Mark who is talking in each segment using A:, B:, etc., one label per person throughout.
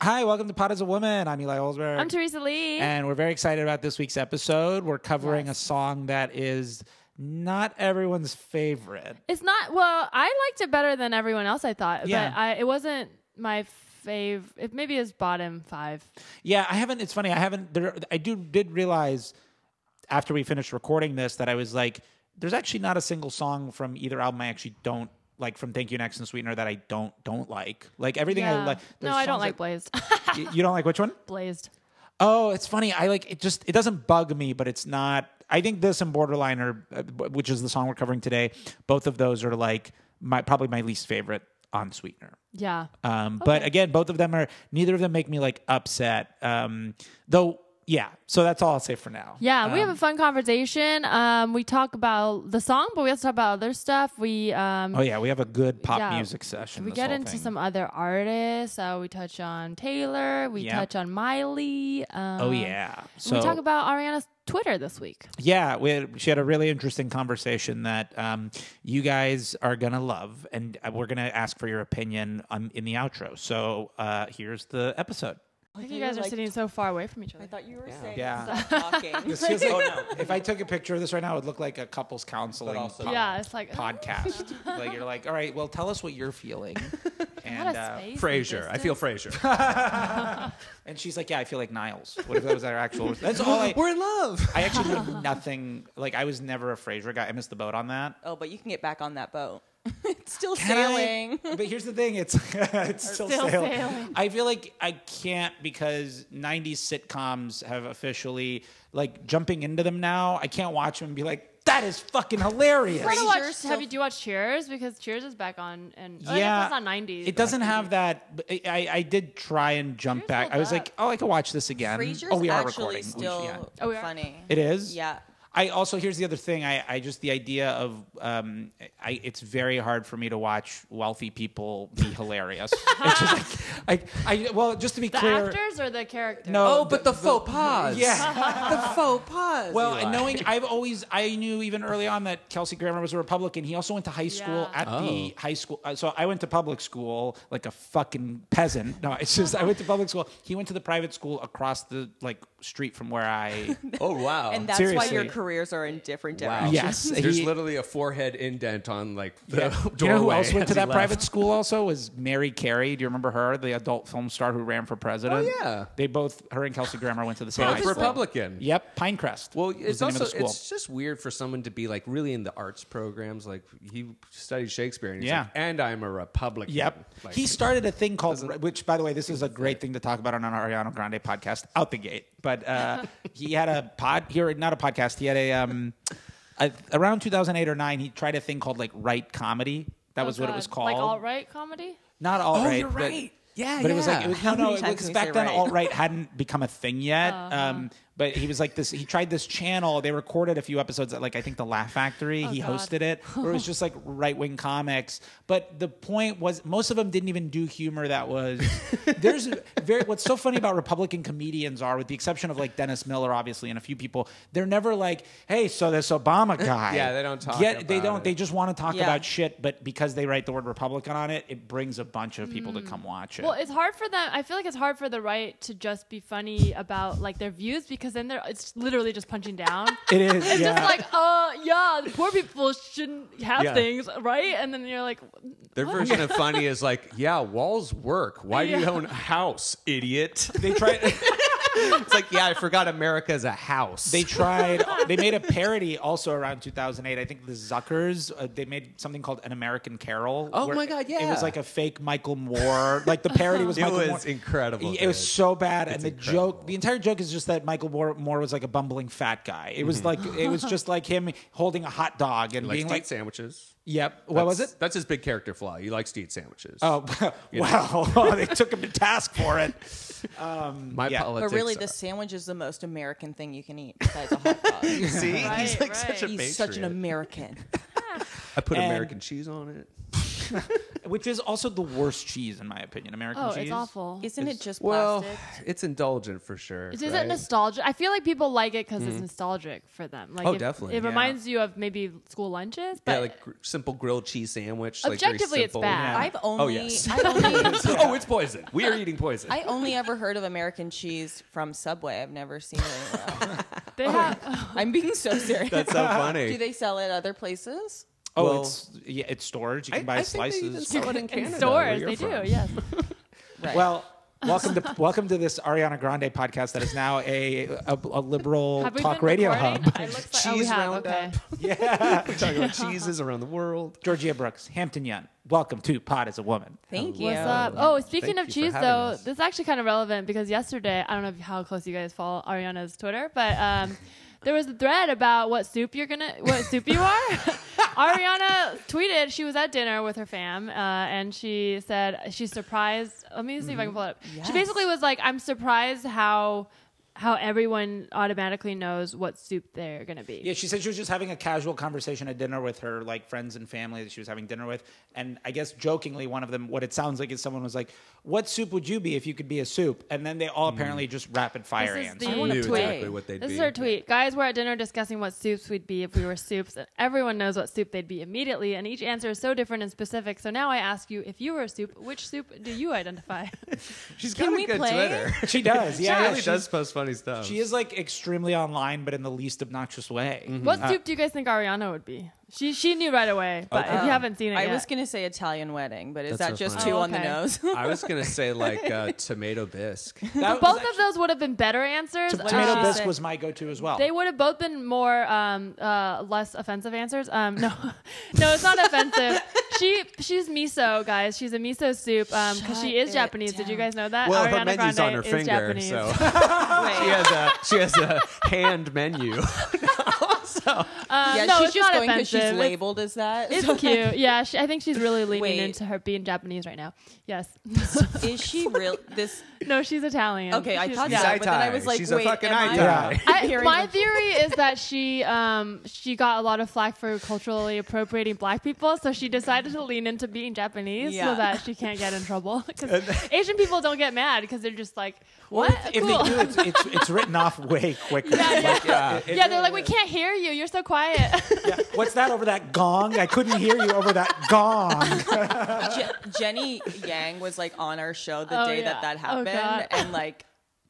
A: Hi, welcome to Pot as a Woman. I'm Eli Olsberg.
B: I'm Teresa Lee.
A: and we're very excited about this week's episode. We're covering
B: Yes.
A: a song that is not everyone's favorite.
B: it's not well. I liked it better than everyone else. I thought,
A: Yeah.
B: but I, it wasn't my fave. It maybe is bottom five.
A: Yeah, I haven't. It's funny. I haven't. There, I do did realize after we finished recording this that I was like, there's actually not a single song from either album I actually don't like from Thank You Next and Sweetener that I don't don't like. Like everything I
B: Yeah.
A: like.
B: No,
A: there's
B: I don't
A: songs
B: like
A: that-
B: Blazed.
A: Y- You don't like which one?
B: Blazed.
A: Oh, it's funny. I like it. Just it doesn't bug me, but it's not. I think this and Borderline are, uh, b- which is the song we're covering today, both of those are like my probably my least favorite on Sweetener.
B: Yeah.
A: Um, But again, both of them are. Neither of them make me like upset. Um, though, yeah. So that's all I'll say for now. Uh,
B: Yeah, we have a fun conversation. Um, we talk about the song, but we also talk about other stuff. We um,
A: Oh yeah, we have a good pop
B: Yeah.
A: music session.
B: we
A: this
B: get
A: whole
B: into
A: thing.
B: some other artists. Uh, we touch on Taylor. We
A: Yeah.
B: touch on Miley. Um,
A: Oh yeah. So
B: we talk about Ariana's Twitter this week.
A: Yeah, we had, she had a really interesting conversation that um, you guys are gonna love, and uh, we're gonna ask for your opinion um, in the outro. So uh, here's the episode.
B: I think you guys are
C: like-
B: sitting so far away from each other.
C: I thought you were saying
A: Yeah.
C: stop talking.
A: This feels- oh, no. If I took a picture of this right now, it would look like a couples counseling
D: also-
A: po-
B: yeah, it's like oh.
A: podcast. like you're like, all right, well, tell us what you're feeling, and uh,
D: Frasier. I feel Frasier.
A: and she's like, yeah, I feel like Niles. What if that was our actual? That's all I.
D: in love.
A: I actually know nothing. Like I was never a Frasier guy. I missed the boat on that.
C: Oh, but you can get back on that boat. it's still
A: Can I-
C: sailing.
A: but here's the thing: it's it's still,
B: still
A: sailing.
B: sailing.
A: I feel like I can't because '90s sitcoms have officially like jumping into them now. I can't watch them and be like, "That is fucking hilarious."
B: I
C: Frasier
B: watch, have
C: still-
B: you do you watch Cheers? Because Cheers is back on, and oh, I guess that's not nineties.
A: It doesn't have that. but I, I I did try and jump
B: Yours
A: back.
B: held
A: I was
B: up.
A: like, oh, I could watch this again.
C: Frasier's
A: oh, we are
C: actually
A: recording. We-
C: still
A: yeah.
B: Oh, we are?
C: funny.
A: It is.
C: Yeah.
A: I also here's the other thing. I, I just the idea of um, I it's very hard for me to watch wealthy people be hilarious. it's just like I, I well just to be
B: the
A: clear.
B: actors or the characters.
A: No,
D: Oh, but the, faux pas.
A: yeah.
D: the faux pas.
A: Well,
D: Eli.
A: knowing I've always I knew even early on that Kelsey Grammer was a Republican. He also went to high school
B: Yeah.
A: at the high school. Uh, so I went to public school like a fucking peasant. No, it's just I went to public school. He went to the private school across the like street from where I.
D: Oh wow.
C: And that's why
A: Seriously.
C: your careers are in different
D: wow.
C: directions.
A: Yes,
D: There's
A: he-
D: literally a forehead indent on like the doorway.
A: you know who else went to
D: as he
A: that
D: left.
A: private school? Also was Mary Carey. Do you remember her, the adult film star who ran for president?
D: Oh, yeah.
A: They both, her and Kelsey Grammer, went to the same high
D: Both
A: school.
D: Republican.
A: Yep, Pinecrest.
D: Well,
A: was
D: it's
A: the name of
D: also
A: the school.
D: it's just weird for someone to be like really in the arts programs. Like he studied Shakespeare, and he's
A: Yeah.
D: like, and I'm a Republican.
A: Yep.
D: Like,
A: he started a thing called, which by the way, this is a great thing to talk about on an Ariana Grande podcast out the gate. But uh, he had a pod here, not a podcast. He had a, um, a around 2008 or nine. He tried a thing called like right comedy.
B: Oh,
A: That was what it was called.
B: Like alt right comedy.
A: Not alt right.
D: Oh, you're right.
A: But,
D: Yeah,
A: but it was like it was, no,
C: How many
A: no.
C: times
A: Because
C: can we
A: back
C: say
A: then,
C: right?
A: alt right hadn't become a thing yet.
D: Uh-huh.
A: Um, but he was like this. He tried this channel. They recorded a few episodes at like I think the Laugh Factory.
D: Oh,
A: he
B: God.
A: hosted it. Where it was just like right wing comics. But the point was, most of them didn't even do humor that was. There's very what's so funny about Republican comedians are, with the exception of like Dennis Miller, obviously, and a few people, they're never like, hey, so this Obama guy.
D: Yeah, they don't talk
A: Yet they
D: about
A: don't.
D: it.
A: They just want to talk
C: Yeah.
A: about shit, but because they write the word Republican on it, it brings a bunch of people to
D: Mm.
A: come watch it.
B: Well, it's hard for them. I feel like it's hard for the right to just be funny about like their views because then they're it's literally just punching down.
A: it is.
B: It's
A: yeah.
B: just like, uh, yeah, the poor people shouldn't have
D: Yeah.
B: things, right? And then you're like,
D: Their version of funny is like, yeah, walls work. Why do you
B: Yeah.
D: own a house, idiot?
A: they tried.
D: It's like, yeah, I forgot America is a house.
A: They tried. They made a parody also around 2008. I think the Zuckers. Uh, they made something called An American Carol.
D: Oh
A: where
D: my God,
A: It was
D: yeah.
A: like a fake Michael Moore. Like the parody was
D: It
A: Michael
D: was
A: Moore.
D: incredible,
A: It was
D: dude.
A: so bad, and the
D: incredible.
A: joke, the entire joke is just that Michael Moore, Moore was like a bumbling fat guy. It was like it was just like him holding a hot dog and
D: Mm-hmm. He
A: being
D: likes to
A: like,
D: eat sandwiches.
A: "Yep, what was it?"
D: That's- That's his big character flaw. He likes to eat sandwiches.
A: Oh wow! they took him to task for it.
D: my
A: yeah. But
D: politics.
C: But really, the
D: are-
C: sandwich is the most American thing you can eat besides a hot dog.
D: See,
B: Right,
D: he's like such a
B: right.
C: He's such an
D: patriot.
C: American.
D: I put
A: And-
D: American cheese on it.
A: which is also the worst cheese in my opinion. American
B: Oh,
A: cheese.
B: it's awful.
C: Isn't
D: It's-
C: it just
D: well,
C: plastic?
D: it's indulgent for sure.
B: Is it
D: right?
B: nostalgic? I feel like people like it because
A: Mm-hmm.
B: it's nostalgic for them. Like
D: Oh,
B: it,
D: definitely,
B: It
D: yeah.
B: reminds you of maybe school lunches, but
D: yeah, like gr- simple grilled cheese sandwich. like, very
B: Objectively, it's
D: simple.
B: bad.
A: Yeah.
C: I've only.
D: Oh yes.
C: I've only
D: oh, it's poison. We are eating poison.
C: I only ever heard of American cheese from Subway. I've never seen it anywhere else.
B: they
D: Oh,
B: have.
C: I'm being so serious.
D: That's so funny.
C: Do they sell it other places?
A: oh,
D: well-
A: it's yeah, it's storage. You can
D: I-
A: buy
D: I think they
A: slices.
D: even sell it in
B: In
D: Canada, where
B: stores,
D: you're
B: they
D: from.
B: do. Yes,
C: Right.
A: Well, welcome to welcome to this Ariana Grande podcast that is now a a, a liberal
B: have we
A: talk
B: been
A: radio
B: recording?
A: hub.
B: I looks like, oh, we
D: Cheese
B: have.
D: roundup.
B: Okay.
D: We're talking about cheeses around the world.
A: Georgia Brooks, Hampton Young. Welcome to Pod as a Woman.
C: Thank you.
B: What's up? Oh, speaking
D: Um, Thank
B: of
D: you for
B: cheese, though,
D: having us.
B: this is actually kind of relevant because yesterday, I don't know if- how close you guys follow Ariana's Twitter, but um, there was a thread about what soup you're gonna, what soup you are. Ariana tweeted she was at dinner with her fam, uh, and she said she's surprised. Let me see if I can pull it up.
C: Yes.
D: Mm-hmm.
B: She basically was like, "I'm surprised how." How everyone automatically knows what soup they're gonna be.
A: Yeah, she said she was just having a casual conversation at dinner with her like friends and family that she was having dinner with, and I guess jokingly one of them, what it sounds like is someone was like, "What soup would you be if you could be a soup?" And then they all apparently just rapid fire
B: This is
A: answered.
B: the-
D: I knew
C: tweet.
D: exactly what they'd
B: This
D: be.
B: is her tweet. Guys, we're at dinner discussing what soups we'd be if we were soups, and everyone knows what soup they'd be immediately, and each answer is so different and specific. So now I ask you, if you were a soup, which soup do you identify?
D: She's got
C: Can
D: a
C: we
D: good
C: play?
D: Twitter.
A: She does, yeah.
D: she really
A: she's-
D: does post funny stuff.
A: She is like extremely online, but in the least obnoxious way.
B: what soup do you guys think Ariana would be? She she knew right away, but
A: Uh,
B: if you haven't seen it
C: I
B: yet.
C: was going to say Italian wedding, but is
D: That's
C: that
D: so
C: just
D: funny.
C: too
B: Oh,
C: on the
B: okay.
C: nose?
D: I was gonna say like uh, tomato bisque.
A: That was
B: Both
A: actually-
B: of those would have been better answers.
A: tomato
B: Uh,
A: bisque
C: say?
A: was my go-to as well.
B: They would have both been more um, uh, less offensive answers. Um, no, no, it's not offensive. She she's miso, guys. She's a miso soup because
C: Shut
B: she is
C: it
B: Japanese. Did you
C: down.
B: guys know that?
D: Well,
B: Ariana
D: her menu's
B: Grande
D: on her
B: is
D: finger,
B: Japanese.
D: so
B: Oh,
C: Right.
D: she has a she has a hand menu.
B: Um,
C: Yeah,
B: no,
C: she's
B: it's not
C: just going because she's
B: offensive. It's-
C: labeled as that.
B: It's
C: So,
B: cute. Yeah, she, I think she's really leaning
C: Wait.
B: into her being Japanese right now. Yes.
C: Is she real? This
B: no, she's Italian.
C: okay? I
B: She's-
C: thought
D: She's
C: so, but then I
D: Itai.
C: was like,
D: She's a
C: wait,
D: fucking
C: am I-
D: Itai.
B: I-
C: hearing
B: my
C: a-
B: theory is that she um, she got a lot of flack for culturally appropriating black people, so she decided to lean into being Japanese so
C: Yeah.
B: that she can't get in trouble. 'Cause Asian people don't get mad because they're just like,
A: Well,
B: what?
A: If
B: cool.
A: they do, it's, it's, it's written off way quicker.
B: yeah, yeah.
A: Like, uh, it-
B: yeah, they're like, we can't hear you. You're so quiet.
A: yeah. What's that over that gong? I couldn't hear you over that gong.
C: Je- Jenny Yang was like on our show the
B: Oh,
C: day
B: yeah.
C: that that
B: Oh,
C: happened,
B: God.
C: and like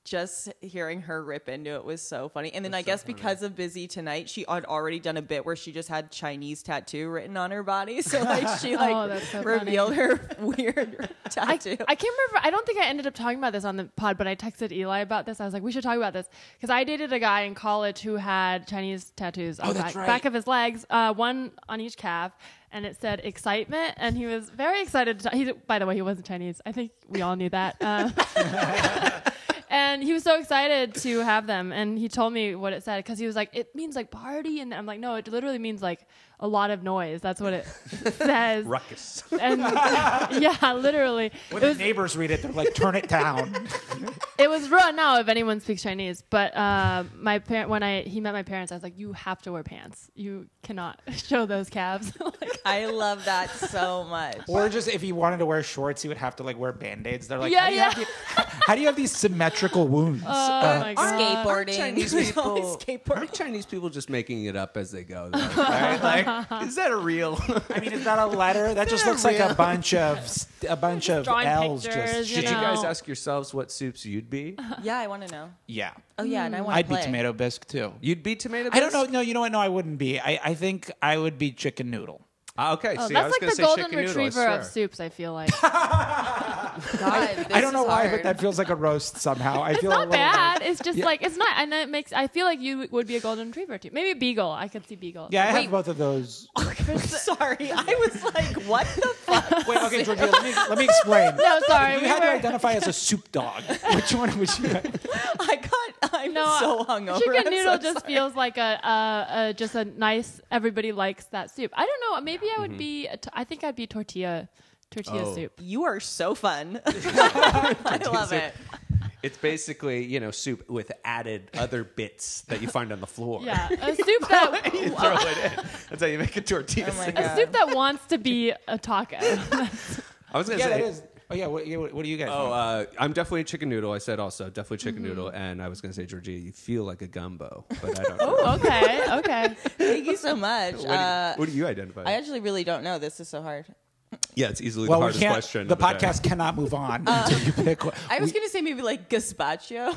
C: just hearing her rip into it was so funny. And then I guess because of Busy Tonight, she had already done a bit where she just had Chinese tattoo written on her body, so like she like
B: Oh,
C: Oh,
B: that's so
C: revealed her weird
B: I, I
C: tattoo.
B: can't remember. I don't think I ended up talking about this on the pod, but I texted Eli about this. I was like, we should talk about this because I dated a guy in college who had Chinese tattoos on the
A: Oh, that's
B: back,
A: right.
B: back of his legs, uh, one on each calf, and it said excitement. And he was very excited. To talk. He, by the way, he wasn't Chinese. I think we all knew that. Um, and he was so excited to have them and he told me what it said because he was like it means like party and i'm like no it literally means like a lot of noise that's what it says
D: Ruckus.
B: and yeah literally
A: When
B: It
A: the
B: was-
A: neighbors read it, they're like, turn it down.
B: it was raw now if anyone speaks Chinese. But uh, my parent, when I he met my parents, I was like, you have to wear pants. You cannot show those calves. like,
C: I love that so much.
A: Or just if he wanted to wear shorts, he would have to like wear band-aids. They're like,
B: Yeah,
A: how, do you
B: yeah.
A: have the- how do you have these symmetrical wounds?
B: oh
A: Uh,
B: my god.
C: Skateboarding,
D: Chinese
C: There's
D: people-
C: always
D: Are
C: skateboarding.
D: Chinese people just making it up as they go? Though, right? Like, is that a real?
A: I mean, is that a letter? That just looks like a bunch of s- a bunch of
B: drawing
A: L's.
B: pictures,
A: just
B: you
D: Did you
B: know.
D: guys ask yourselves what soups you'd be?
C: Yeah, I want to know.
A: yeah,
C: Oh yeah, and I want.
A: I'd be tomato bisque too.
D: You'd be tomato.
A: I don't
D: bisque?
A: know. No, you know what? No, I wouldn't be. I, I think I would be chicken noodle.
D: Ah, okay,
B: Oh,
D: see, I
B: that's
D: was gonna
B: like the
D: say
B: golden
D: chicken noodle, I
B: retriever of
D: swear.
B: soups. I feel like
A: I don't know why, but that feels like a roast somehow. I feel a
B: not
A: little
B: bad. It's just like it's not, and it makes. I feel like you would be a golden retriever too. Maybe a beagle. I could see beagle.
A: Yeah, I have
C: Wait.
A: both of those.
C: Sorry, I was like, what the fuck?
A: Wait, okay, Georgia, let me, let me explain.
B: No, sorry.
A: If
B: we
A: you had to
B: were-
A: identify as a soup dog, which one would you?
C: I got. I'm
B: No,
C: so
B: uh,
C: hungover.
B: Chicken
C: I'm
B: noodle
C: so
B: just
C: sorry.
B: feels like a, a, a just a nice. Everybody likes that soup. I don't know. Maybe I would be. a t- I think I'd be tortilla tortilla
D: Oh.
B: soup.
C: You are so fun. I love it.
D: It's basically you know soup with added other bits that you find on the floor.
B: Yeah, a soup that
D: you throw it in. That's how you make a tortilla.
C: Oh my
D: sandwich.
C: God.
B: a soup that wants to be a taco.
D: I was gonna
A: Yeah,
D: say
A: that is. Oh yeah, what, yeah, what what do you guys?
D: Oh,
A: want?
D: uh, I'm definitely a chicken noodle. I said also definitely chicken noodle, and I was gonna say Georgia, you feel like a gumbo, but I don't. know.
B: okay, okay.
C: Thank you so much.
D: What, do you,
C: Uh,
D: what do you identify?
C: I actually really don't know. This is so hard.
D: yeah, it's easily
A: well,
D: the
A: we
D: hardest
A: can't.
D: question.
A: the
D: of day.
A: podcast cannot move on until you pick. One.
C: I was
A: We-
C: gonna say maybe like gazpacho.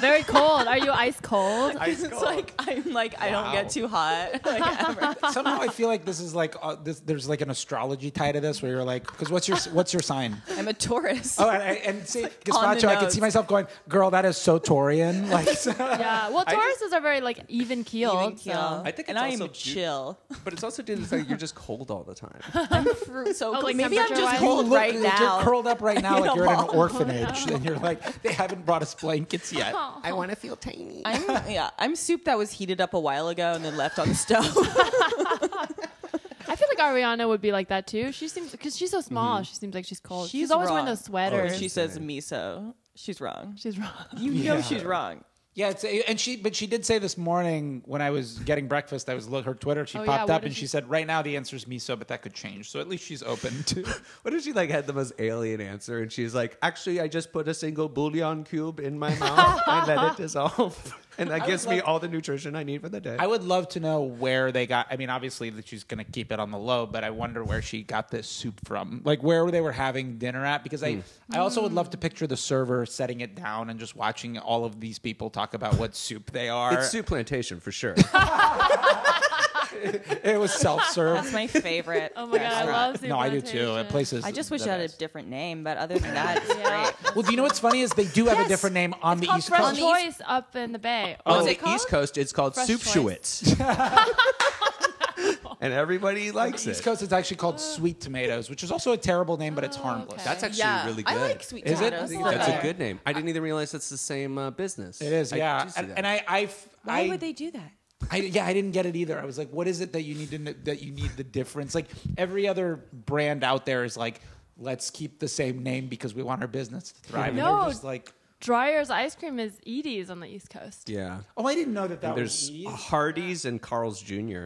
B: Very cold. Are you ice cold?
D: Ice
C: it's
D: cold.
C: like I'm like I don't
D: Wow.
C: get too hot. Like, ever.
A: somehow I feel like this is like uh, this, there's like an astrology tie to this where you're like, because what's your what's your sign?
C: I'm a Taurus.
A: Oh, and, I- and see,
C: on the
A: gazpacho. I can
C: nose.
A: see myself going, girl, that is so Taurian. Like,
B: Yeah. Well, Tauruses are very like even
C: Even
B: keeled.
C: keel.
B: So.
D: I think
C: and
D: it's
C: I'm
D: also ju-
C: chill.
D: but it's also due to the fact that you're just cold all the time.
C: Fruit, so
B: Oh, like
C: maybe I'm just
B: temperature-wise?
A: you
C: cold
A: look-
C: right now.
A: You're curled up right now,
C: In
A: like
C: a
A: you're in an
C: ball.
A: orphanage, and you're like, they haven't brought us blankets yet.
D: I want to feel tiny.
C: I'm yeah. I'm soup that was heated up a while ago and then left on the stove.
B: I feel like Ariana would be like that too. She seems because she's so small. She seems like she's cold. She's, always wearing
C: wrong.
B: those sweaters.
C: Oh, She
B: she's,
C: says miso. She's wrong.
B: wrong.
C: You know she's wrong.
A: Yeah, it's, and she, but she did say this morning when I was getting breakfast, I was look her Twitter. She
B: Oh, yeah,
A: popped
B: what
A: up
B: did
A: and she
B: she-
A: said, right now the answer is miso, but that could change. So at least she's open to.
D: What if she like had the most alien answer and she's like, actually, I just put a single bouillon cube in my mouth and let it dissolve, and that gives me
A: like-
D: all the nutrition I need for the day.
A: I would love to know where they got. I mean, obviously that she's going to keep it on the low, but I wonder where she got this soup from, like where they were having dinner at. Because I,
B: Hmm.
A: I also would love to picture the server setting it down and just watching all of these people talk about what soup they are.
D: it's soup plantation for sure.
A: It was self serve.
C: That's my favorite.
B: Oh my god, I
C: restaurant.
B: love.
A: no, I do too. At
B: Plantation.
A: places,
C: I just wish
A: the
C: it had a
A: best.
C: different name, but other than that, it's
B: Yeah.
C: great.
A: Well, do you know what's funny is they do have a different name on the
B: Called
A: East
B: Fresh
A: Coast.
B: Choice up in the Bay.
D: on
B: What's
D: the
B: it called?
D: Oh, East Coast, it's called
B: Fresh
D: soup
B: choice.
D: Schwitz. and everybody likes
A: East
D: it.
A: Coast is actually
C: Oh,
A: called Sweet Tomatoes, which is also a terrible name, but it's harmless.
B: okay.
D: That's actually
C: yeah,
D: really good.
C: I like sweet
A: Is it?
C: potatoes.
A: I think
C: love
D: That's
C: it.
D: a good name. I didn't even realize that's the same uh, business.
A: It is,
D: I
A: yeah.
D: do see
A: and,
D: that.
A: and I, I, f-
C: Why
A: I-
C: would they do that?
A: I, yeah, I didn't get it either. I was like, what is it that you need to kn- that you need the difference? Like every other brand out there is like, let's keep the same name because we want our business to thrive. And
B: No.
A: they're just like,
B: Dryer's ice cream is Edie's on the East Coast.
D: yeah.
A: oh, I didn't know that that was
D: There's
A: East.
D: Hardee's and Carl's Jr.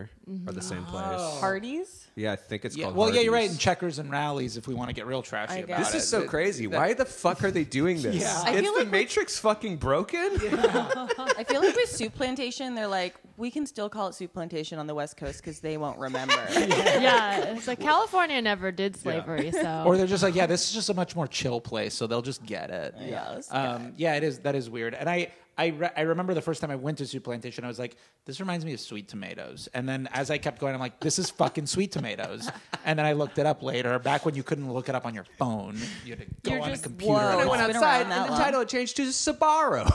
D: are the same place.
C: Hardee's?
D: Yeah, I think it's
A: Mm-hmm. Oh. Yeah,
D: called.
A: well, yeah, you're right.
D: Hardee's.
A: And checkers and rallies, if we want to get real trashy
C: I
A: about
C: guess.
A: it.
D: This is so
A: Th-
D: crazy. Why the fuck are they doing this?
A: Yeah. I
D: It's
C: feel
D: the
C: like we-
D: Matrix fucking broken.
C: I feel like with Soup Plantation, they're like, we can still call it Soup Plantation on the West Coast because they won't remember.
B: yeah, it's like California never did slavery, so
A: Or they're just like, yeah, this is just a much more chill place, so they'll just get it.
C: Yeah, let's
A: um, yeah, it is. That is weird. And I, I, re- I remember the first time I went to Soup Plantation, I was like, this reminds me of Sweet Tomatoes. And then as I kept going, I'm like, this is fucking Sweet Tomatoes. and then I looked it up later, back when you couldn't look it up on your phone, you had to go
B: You're
A: on
B: just-
A: a computer.
C: Whoa.
A: and
D: I
C: It's
A: all
D: went
C: been
D: outside,
C: around that
D: and the
C: long.
D: title changed to Sabaro.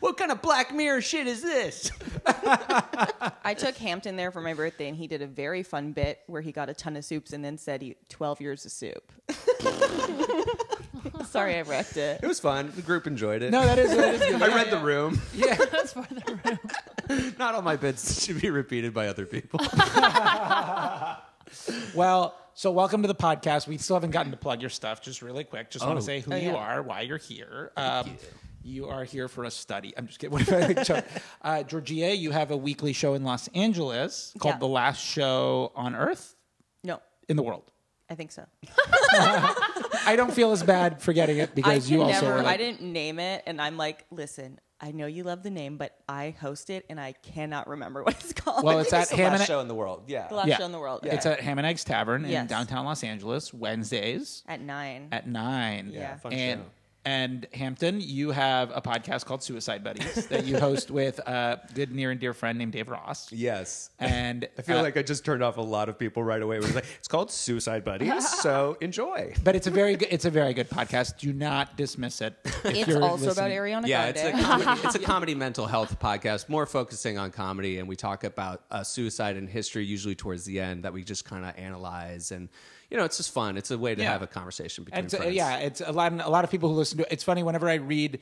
D: what kind of Black Mirror shit is this?
C: I took Hampton there for my birthday, and he did a very fun bit where he got a ton of soups and then said he 12 years of soup. Sorry, I wrecked it.
D: It was fun. The group enjoyed it.
A: No, that is. That is good.
D: I read the room.
A: yeah.
B: that's for the room.
D: Not all my bits should be repeated by other people.
A: Well, so welcome to the podcast. We still haven't gotten to plug your stuff. Just really quick, just want
D: Oh.
A: to say who
C: Oh,
A: you
C: yeah.
A: are, why you're here. Um, you are here for a study. I'm just kidding. What if I like joke? uh, Georgia, you have a weekly show in Los Angeles called
C: Yeah.
A: The Last Show on Earth
C: No,
A: in the World.
C: I think so.
A: I don't feel as bad forgetting it
C: I
A: because
C: can
A: you also
C: never,
A: were like,
C: I didn't name it, and I'm like, listen, I know you love the name, but I host it, and I cannot remember what it's called.
A: Well, it's at Ham and
D: show in the world. Yeah.
C: the last
A: yeah.
C: show in the world.
A: It's at Ham and Eggs Tavern in
C: Yes.
A: downtown Los Angeles, Wednesdays
C: at nine.
A: at nine.
C: Yeah.
D: fun
A: and
D: show.
A: and Hampton, you have a podcast called Suicide Buddies that you host with a good near and dear friend named Dave Ross.
D: Yes.
A: And
D: I feel
A: uh,
D: like I just turned off a lot of people right away. It was like, it's called Suicide Buddies, so enjoy.
A: but it's a very good it's a very good podcast. Do not dismiss it. if
C: it's
A: you're
C: also
A: listening.
C: about Ariana
D: Yeah,
C: Grande.
D: it's a, comedy, it's a comedy mental health podcast, more focusing on comedy, and we talk about uh, suicide and history usually towards the end that we just kind of analyze, and you know, it's just fun. It's a way to
A: Yeah.
D: have a conversation between
A: And so,
D: friends.
A: yeah, it's a lot. A lot of people who listen to it. It's funny whenever I read,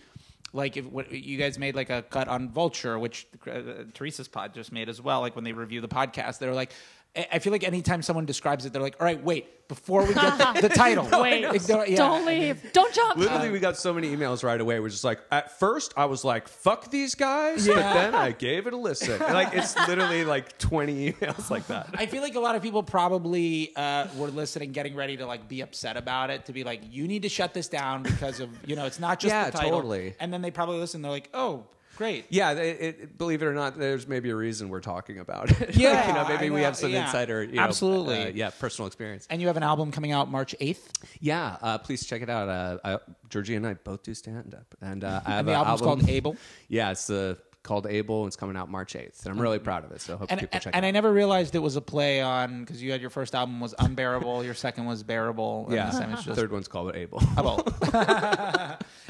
A: like, if what, you guys made like a cut on Vulture, which uh, Teresa's pod just made as well. Like when they review the podcast, they're like. I I feel like anytime someone describes it, they're like, all right, wait, before we get the, the title.
B: Wait,
A: Like, they're- yeah.
B: don't leave. Don't jump.
A: Uh,
D: Literally, we got so many emails right away. We're just like, at first, I was like, "Fuck these guys," but then I gave it a listen. And, like, it's literally like twenty emails like that.
A: I feel like a lot of people probably uh, were listening, getting ready to like be upset about it, to be like, you need to shut this down because of you know, it's not just
D: Yeah,
A: the title.
D: totally.
A: And then they probably listen. They're like, oh, great.
D: Yeah, it, it, believe it or not, there's maybe a reason we're talking about it.
A: Yeah,
D: you know, maybe
A: I
D: we
A: know,
D: have some
A: yeah.
D: insider, you know,
A: Absolutely.
D: uh, yeah, personal experience.
A: And you have an album coming out March eighth.
D: Yeah, uh, please check it out. Uh, I, Georgie and I both do stand up, and uh, I have
A: the
D: an
A: album's
D: album
A: called Able?
D: Yeah, it's uh, called Able. and It's coming out March eighth, and I'm really proud of it. So I hope
A: And,
D: people
A: and,
D: check
A: and
D: it.
A: I
D: out.
A: never realized it was a play on because you had your first album was unbearable, your second was bearable. And
D: yeah,
A: this time it's just
D: third one's called Able,
A: Able.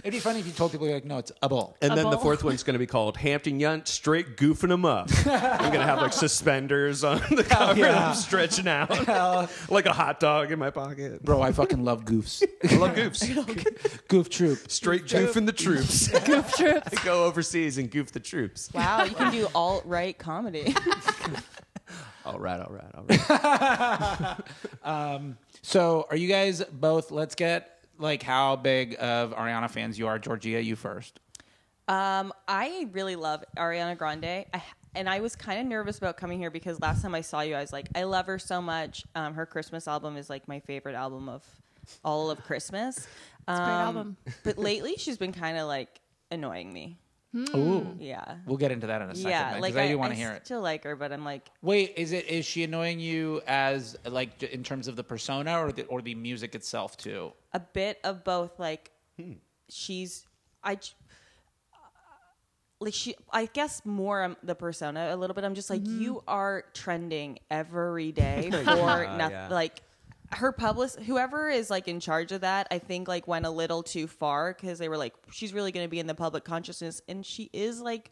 A: It'd be funny if you told people you're like, no, it's Able.
D: and then the
B: Able.
D: fourth one's going to be called Hampton Yunt Straight Goofing 'Em Up. I'm going to have like suspenders on the cover, and I'm stretching out like a hot dog in my pocket.
A: Bro, I fucking love goofs.
D: I love goofs.
A: Goof troop.
D: Straight goofing the troops.
B: Goof troops.
D: Go overseas and goof the troops.
C: Wow, you can do alt right comedy.
D: All right, all right, all right.
A: So, are you guys both? Let's get like how big of Ariana fans you are. Georgia, you first.
C: Um, I really love Ariana Grande. I, and I was kind of nervous about coming here because last time I saw you, I was like, I love her so much. Um, her Christmas album is like my favorite album of all of Christmas. Um,
B: great album.
C: but lately, she's been kind of like annoying me.
A: Ooh,
C: Yeah.
A: we'll get into that in a second.
C: Hmm. yeah.
A: because
C: Like,
A: I do want to hear it.
C: still like her, but I'm like,
A: Wait, is it is she annoying you as like j- in terms of the persona or the or the music itself too?
C: a bit of both like
D: Hmm.
C: she's i j- uh, like she i guess more um, the persona a little bit i'm just like you are trending every day for
D: Yeah,
C: nothing
D: yeah.
C: like her public whoever is like in charge of that i think like went a little too far because they were like she's really going to be in the public consciousness and she is like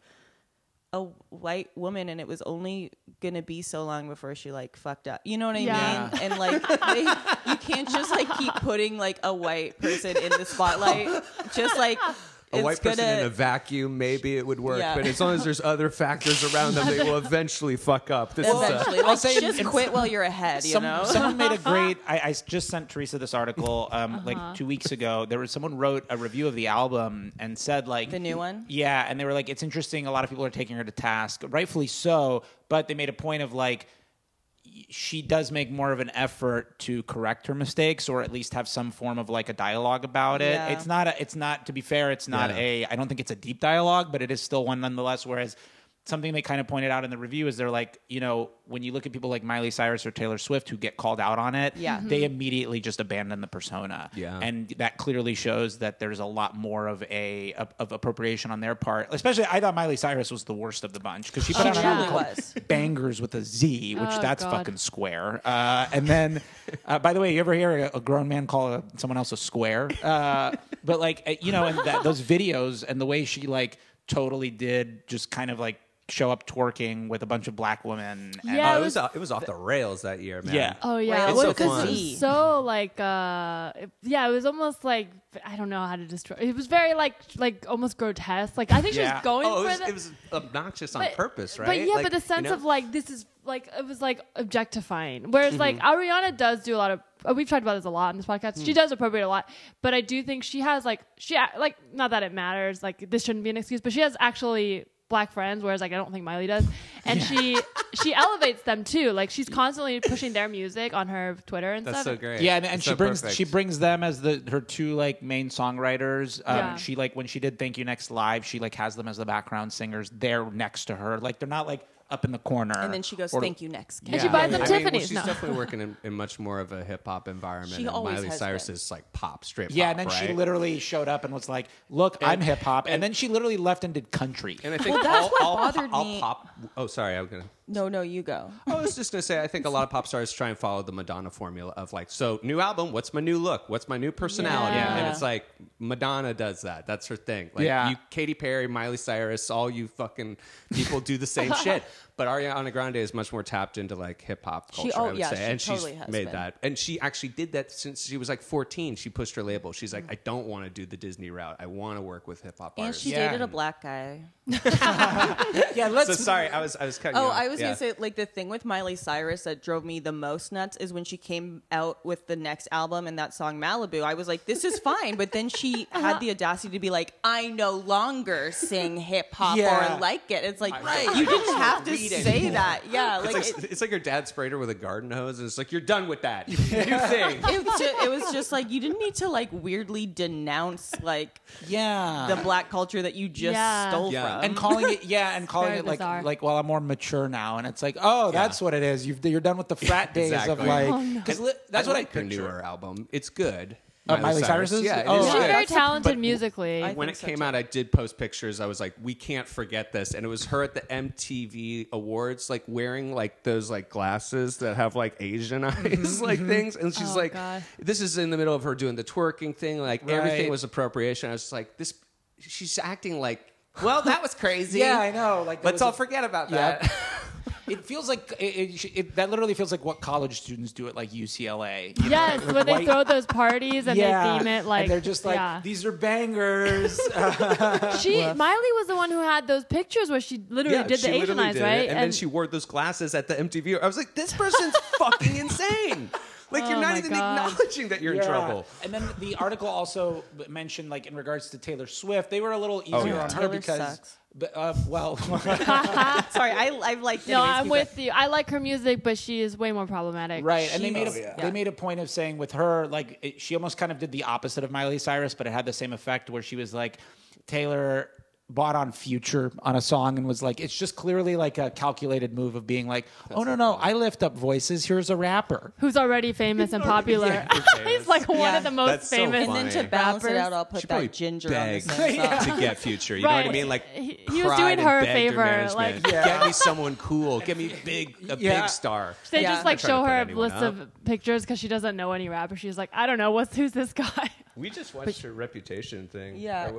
C: a white woman and it was only gonna be so long before she like fucked up you know what i
B: Yeah.
C: mean and like they, you can't just like keep putting like a white person in the spotlight just like
D: a
C: it's
D: white person
C: gonna
D: in a vacuum, maybe it would work.
C: Yeah.
D: But as long as there's other factors around them, they will eventually fuck up. This is
C: eventually
A: I'll
C: like,
A: say
C: just
A: in-
C: quit while you're ahead you
A: Some-
C: know
A: someone made a great. I, I just sent Teresa this article um,
C: Uh-huh.
A: like two weeks ago. There was someone wrote a review of the album and said like
C: The new one?
A: Yeah, and they were like, it's interesting. A lot of people are taking her to task, rightfully so. But they made a point of like. y- She does make more of an effort to correct her mistakes, or at least have some form of like a dialogue about it.
C: Yeah.
A: It's not. A, it's not. To be fair, it's not
D: Yeah.
A: a. I don't think it's a deep dialogue, but it is still one nonetheless. Whereas something they kind of pointed out in the review is they're like, you know, when you look at people like Miley Cyrus or Taylor Swift who get called out on it,
C: Yeah. Mhm.
A: they immediately just abandon the persona.
D: Yeah.
A: And that clearly shows that there's a lot more of a of, of appropriation on their part. Especially I thought Miley Cyrus was the worst of the bunch because she put
C: She
A: out an
C: truly
A: album called
C: was.
A: Bangers with a Z, which
B: Oh,
A: that's
B: God.
A: fucking square. Uh, and then, uh, by the way, you ever hear a, a grown man call a, someone else a square? Uh, but like, uh, you know, and that, those videos and the way she like totally did just kind of like show up twerking with a bunch of black women. And
B: Yeah,
D: oh,
B: it
D: it was
B: was-
D: off- it was off the rails that year, man.
A: Yeah.
B: Oh yeah,
C: Wait,
B: well,
D: it's so
B: because
D: fun.
B: it was so like uh, it- yeah, it was almost like I don't know how to describe. It was very like like almost grotesque. Like I think she
A: Yeah.
B: was going
D: Oh, it
B: for
D: was,
B: the,
D: it was obnoxious on
B: but-
D: purpose, right?
B: But yeah, but
D: Like,
B: the sense
D: you know?
B: of like this is like it was like objectifying. Whereas like Ariana does do a lot of uh, we've talked about this a lot in this podcast. She does appropriate a lot, but I do think she has like she a- like not that it matters. Like this shouldn't be an excuse, but she has actually black friends whereas like I don't think Miley does. And she she elevates them too. Like she's constantly pushing their music on her Twitter and
D: that's
B: stuff.
D: so great.
A: Yeah, and, and
D: It's
A: she
D: so
A: brings
D: perfect.
A: she brings them as the her two like main songwriters. Um,
B: Yeah.
A: She like when she did Thank You Next Live, she like has them as the background singers. They're next to her, like they're not like up in the corner.
C: and then she goes
A: or-
C: thank you next
A: And she
B: She buys
D: I
B: them
D: mean, well,
B: Tiffany's.
D: she's
B: no.
D: definitely working in, in much more of a hip hop environment.
C: She
D: and
C: always
D: Miley
C: has
D: Cyrus
C: been.
D: is like pop, straight
A: Yeah,
D: pop,
A: and then she
D: right?
A: literally showed up and was like, "Look, I'm hip hop," and, then she literally left and did country.
D: And I think
C: Well, that's
D: all,
C: what
D: all,
C: bothered
D: all
C: me.
D: pop. Oh, sorry, I'm gonna.
C: no no you go
D: I was just gonna say, I think a lot of pop stars try and follow the Madonna formula of like, so new album, what's my new look, what's my new personality,
B: Yeah.
D: and it's like Madonna does that. That's her thing. Like
A: Yeah.
D: you, Katy Perry, Miley Cyrus, all you fucking people do the same shit. But Ariana Grande is much more tapped into like hip hop culture,
C: oh,
D: I would
C: yeah,
D: say,
C: she
D: and
C: totally
D: she's
C: has
D: made
C: been.
D: that. And she actually did that since she was like 14. She pushed her label. She's like, I don't want to do the Disney route. I want to work with hip hop
C: Mm. and
D: artists.
C: she
A: Yeah.
C: dated a black guy
A: yeah, let's.
D: so sorry, I was I was cutting.
C: Oh,
D: you off.
C: I was
D: Yeah.
C: gonna say, like the thing with Miley Cyrus that drove me the most nuts is when she came out with the next album and that song Malibu. I was like, this is fine, but then she had the audacity to be like, I no longer sing hip hop
A: Yeah.
C: or like it. It's like
D: Right.
C: you didn't have to
D: Read it.
C: say that. Yeah, like.
D: It's
C: it-
D: like, it's like your dad sprayed her with a garden hose, and it's like you're done with that. You thing.
C: it, was just, it was just like you didn't need to like weirdly denounce like
A: yeah.
C: the black culture that you just
B: Yeah.
C: stole
D: Uh. Yeah.
C: from.
A: and calling it yeah, and calling
B: very
A: it like
B: bizarre.
A: like well, I'm more mature now, and it's like oh, that's what it is. You've, you're done with the frat days
D: Exactly.
A: of like
B: Oh, no.
A: 'cause li- that's what I
D: like her
A: picture.
D: newer album. It's good.
A: Uh, Miley Cyrus's?
D: Yeah, it
A: Oh,
D: is
A: yeah.
B: She's
D: good.
B: very
C: that's the-
B: talented
D: but-
B: musically.
C: I-
D: when it
C: think so,
D: came
C: too.
D: out, I did post pictures. I was like, "We can't forget this," and it was her at the MTV Awards, like wearing like those like glasses that have like Asian eyes, like things. And she's
B: Oh,
D: like,
B: God.
D: "This is in the middle of her doing the twerking thing. Like everything
A: Right.
D: was appropriation." I was just like, "This." She's acting like, "Well, that was crazy."
A: Yeah, I know. Like, there
D: Let's
A: was
D: all
A: a-
D: forget about
A: Yep.
D: that.
A: It feels like it, it, it, that literally feels like what college students do at like UCLA. you know,
B: yes,
A: like,
B: when they
A: white-
B: throw those parties and they theme it
A: And
B: like
A: they're just like
B: yeah.
A: these are bangers.
B: she Miley was the one who had those pictures where she literally did
D: she
B: the Asian
D: literally
B: eyes,
D: did it,
B: right?
D: And, then she wore those glasses at the MTV. I was like, this person's fucking insane. Like you're
B: Oh
D: not
B: my
D: even
B: God.
D: acknowledging that you're in trouble.
A: And then the article also mentioned, like in regards to Taylor Swift, they were a little
B: Oh,
A: easier
D: yeah.
A: on her
C: Taylor
A: because,
C: sucks.
A: But, uh, well,
C: Sorry, I I liked it.
B: no,
C: It makes
B: I'm
C: me
B: with you. I like her music, but she is way more problematic.
A: right? And they made a,
D: Oh, yeah.
A: they made a point of saying with her, like it, she almost kind of did the opposite of Miley Cyrus, but it had the same effect where she was like, Taylor bought on future on a song and was like it's just clearly like a calculated move of being like oh no no i lift up voices here's a rapper
B: who's already famous and popular. He's like one
C: Yeah.
B: of the most
D: That's so
B: famous.
D: funny.
C: And then to balance it out, I'll put that ginger on the
D: begged
C: same side.
D: to get future. You know what I
B: Right.
D: mean? Like
B: He- he was
D: cried
B: doing
D: and
B: her a
D: begged
B: favor, like-
D: management, get me someone cool. Get me big a
A: Yeah.
D: big star.
B: They
C: Yeah.
B: just like
D: They're trying
B: show
D: to put
B: her a
D: anyone
B: list of pictures because she doesn't know any rappers. She's like, I don't know what's who's this guy.
D: We just watched her reputation thing.
C: Yeah.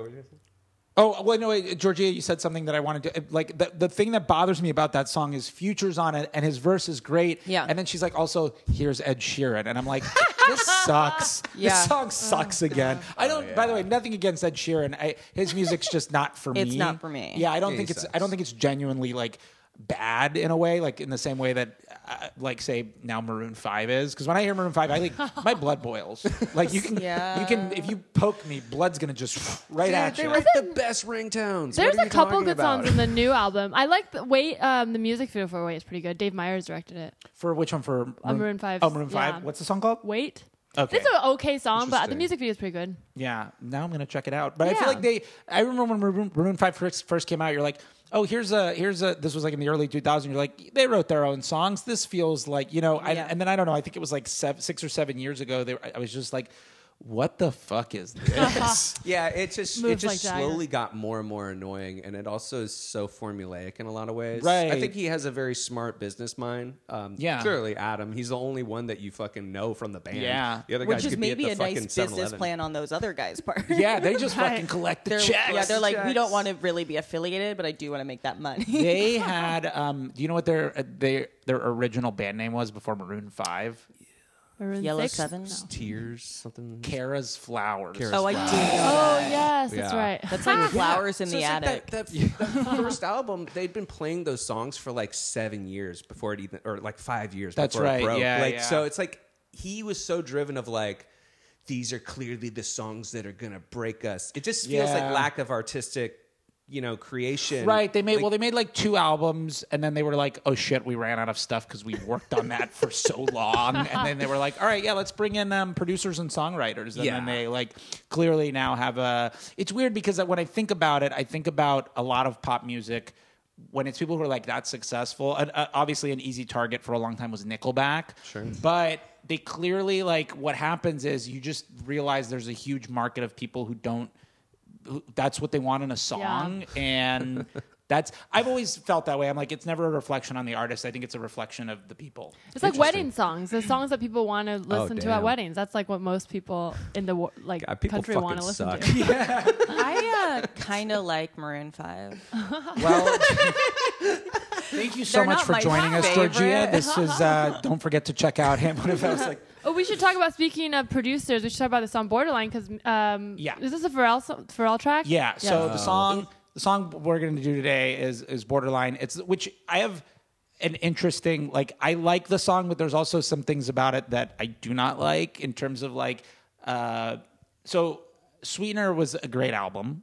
A: Oh well, no, wait, Georgia, you said something that I wanted to eh, like. The, the thing that bothers me about that song is Future's on it, and his verse is great.
C: Yeah.
A: and then she's like, also here's Ed Sheeran, and I'm like, this sucks.
C: Yeah. Oh,
A: This song sucks again.
D: Oh,
A: I don't. By the way, nothing against Ed Sheeran. I, his music's just not for me.
C: It's not for me.
A: Yeah, I don't
D: Yeah, he
A: think it's.
D: sucks.
A: I don't think it's genuinely like bad in a way like in the same way that uh, like say now maroon 5 is because when i hear maroon 5 i like my blood boils like you can
C: Yeah.
A: you can if you poke me blood's gonna just right at
D: they
A: you
D: were the best ringtones.
B: There's a couple good songs in the new album. I like the Wait. Um, the music video for Wait is pretty good. Dave Myers directed it.
A: For which one? For Maroon,
B: Maroon 5's,
A: Oh, Maroon Five.
B: yeah.
A: What's the song called?
B: Wait.
A: Okay.
B: It's an okay song, but the
D: Interesting.
B: music video is pretty good.
A: Yeah. Now I'm gonna check it out. But I
B: Yeah.
A: feel like they. I remember when Maroon, Maroon Five first, first came out. You're like, oh, here's a here's a. This was like in the early 2000s. You're like, they wrote their own songs. This feels like you know. I,
C: Yeah.
A: And then I don't know. I think it was like sev six or seven years ago. They. Were, I was just like, what the fuck is this?
D: Yeah, it just it
B: Moves
D: just
B: like that, yeah.
D: slowly got more and more annoying, and it also is so formulaic in a lot of ways.
A: Right.
D: I think he has a very smart business mind. Um,
A: Yeah.
D: clearly Adam, he's the only one that you fucking know from the band.
A: Yeah.
D: the other guys
C: Which is
D: could be at
C: maybe
D: the
C: a nice
D: fucking
C: business
D: 7-Eleven.
C: plan on those other guys' part.
A: yeah. They just
B: Right.
A: fucking collect the
C: they're,
A: checks.
C: yeah, they're like, we
D: Checks.
C: don't want to really be affiliated, but I do want to make that money.
A: They had. Um. Do you know what their uh, their their original band name was before Maroon Five?
B: Maroon
C: Yellow
B: six?
C: Seven?
B: No.
D: Tears, something.
A: Kara's Flowers.
D: Kara's
C: oh, I do. know
B: Oh
C: that.
B: yes, that's
D: Yeah.
B: right.
C: That's like flowers in
D: So
C: the
D: it's like
C: attic.
D: that, that, that first album, they'd been playing those songs for like seven years before it even, or like five years.
A: That's
D: before
A: right,
D: It broke.
A: yeah,
D: like
A: yeah.
D: so, it's like he was so driven of like. These are clearly the songs that are gonna break us. It just feels
A: Yeah.
D: like lack of artistic, you know, creation.
A: Right. They made
D: Like,
A: well. They made like two albums, and then they were like, "Oh shit, we ran out of stuff because we worked on that for so long." And then they were like, "All right, yeah, let's bring in um, producers and songwriters." And
D: Yeah.
A: then they like clearly now have a. It's weird because when I think about it, I think about a lot of pop music. When it's people who are like that successful, and, uh, obviously an easy target for a long time was Nickelback. Sure, but they clearly like what happens is you just realize there's a huge market of people who don't who- that's what they want in a song and that's i've always felt that way i'm like it's never a reflection on the artist i think it's a reflection of the people
B: It's like wedding songs. The songs that people want to listen to at
D: Oh, damn.
B: weddings. That's like what most people in the wo- like
D: God, people
B: country
D: fucking
B: want to listen
D: suck.
B: to.
C: I uh, kind of like Maroon Five.
A: well thank you so
C: They're
A: much
C: not
A: for
C: my
A: joining us
C: favorite.
A: georgia this is uh, don't forget to check out him what if i was like
B: oh, we should talk about speaking of producers. We should talk about this on Borderline because um,
A: Yeah.
B: is this a Pharrell so- Pharrell track?
A: Yeah. So the song the song we're going to do today is is borderline. It's which I have. an interesting like I like the song, but there's also some things about it that I do not like in terms of like uh so Sweetener was a great album.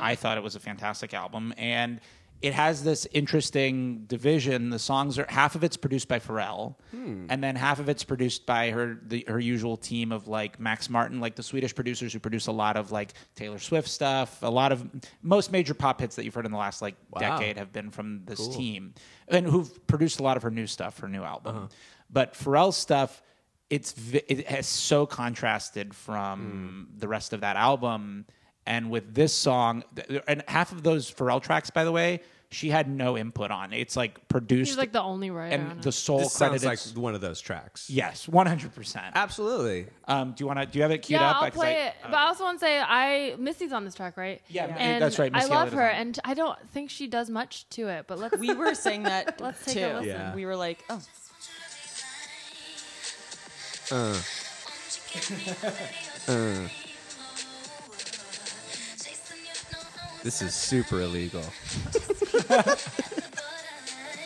A: I thought it was a fantastic album and it has this interesting division. The songs are half of it's produced by Pharrell, and then half of it's produced by her the, her usual team of like Max Martin, like the Swedish producers who produce a lot of like Taylor Swift stuff, a lot of most major pop hits that you've heard in the last like
D: Wow.
A: decade have been from this team, and who've produced a lot of her new stuff, her new album. But Pharrell's stuff, it's vi- it has so contrasted from
D: Mm.
A: the rest of that album, and with this song, th- and half of those Pharrell tracks, by the way, she had no input on. It's like produced
B: He's like the only writer. on
A: and
B: it.
A: the sole
D: This sounds
A: credited.
D: like one of those tracks.
A: yes, one hundred percent.
D: Absolutely.
A: Um, do you want to? Do you have it queued
B: yeah,
A: up?
B: I'll
A: 'Cause I-
B: play it. but I also want to say I Missy's on this track, right?
A: Yeah, Yeah.
B: and
A: that's right, Missy
B: I
A: Elliott
B: love
A: is
B: her,
A: on it.
B: and I don't think she does much to it. But let's
C: We were saying that
B: Let's
C: too.
B: take a listen.
D: Yeah.
C: We were like, oh,
D: This is super illegal.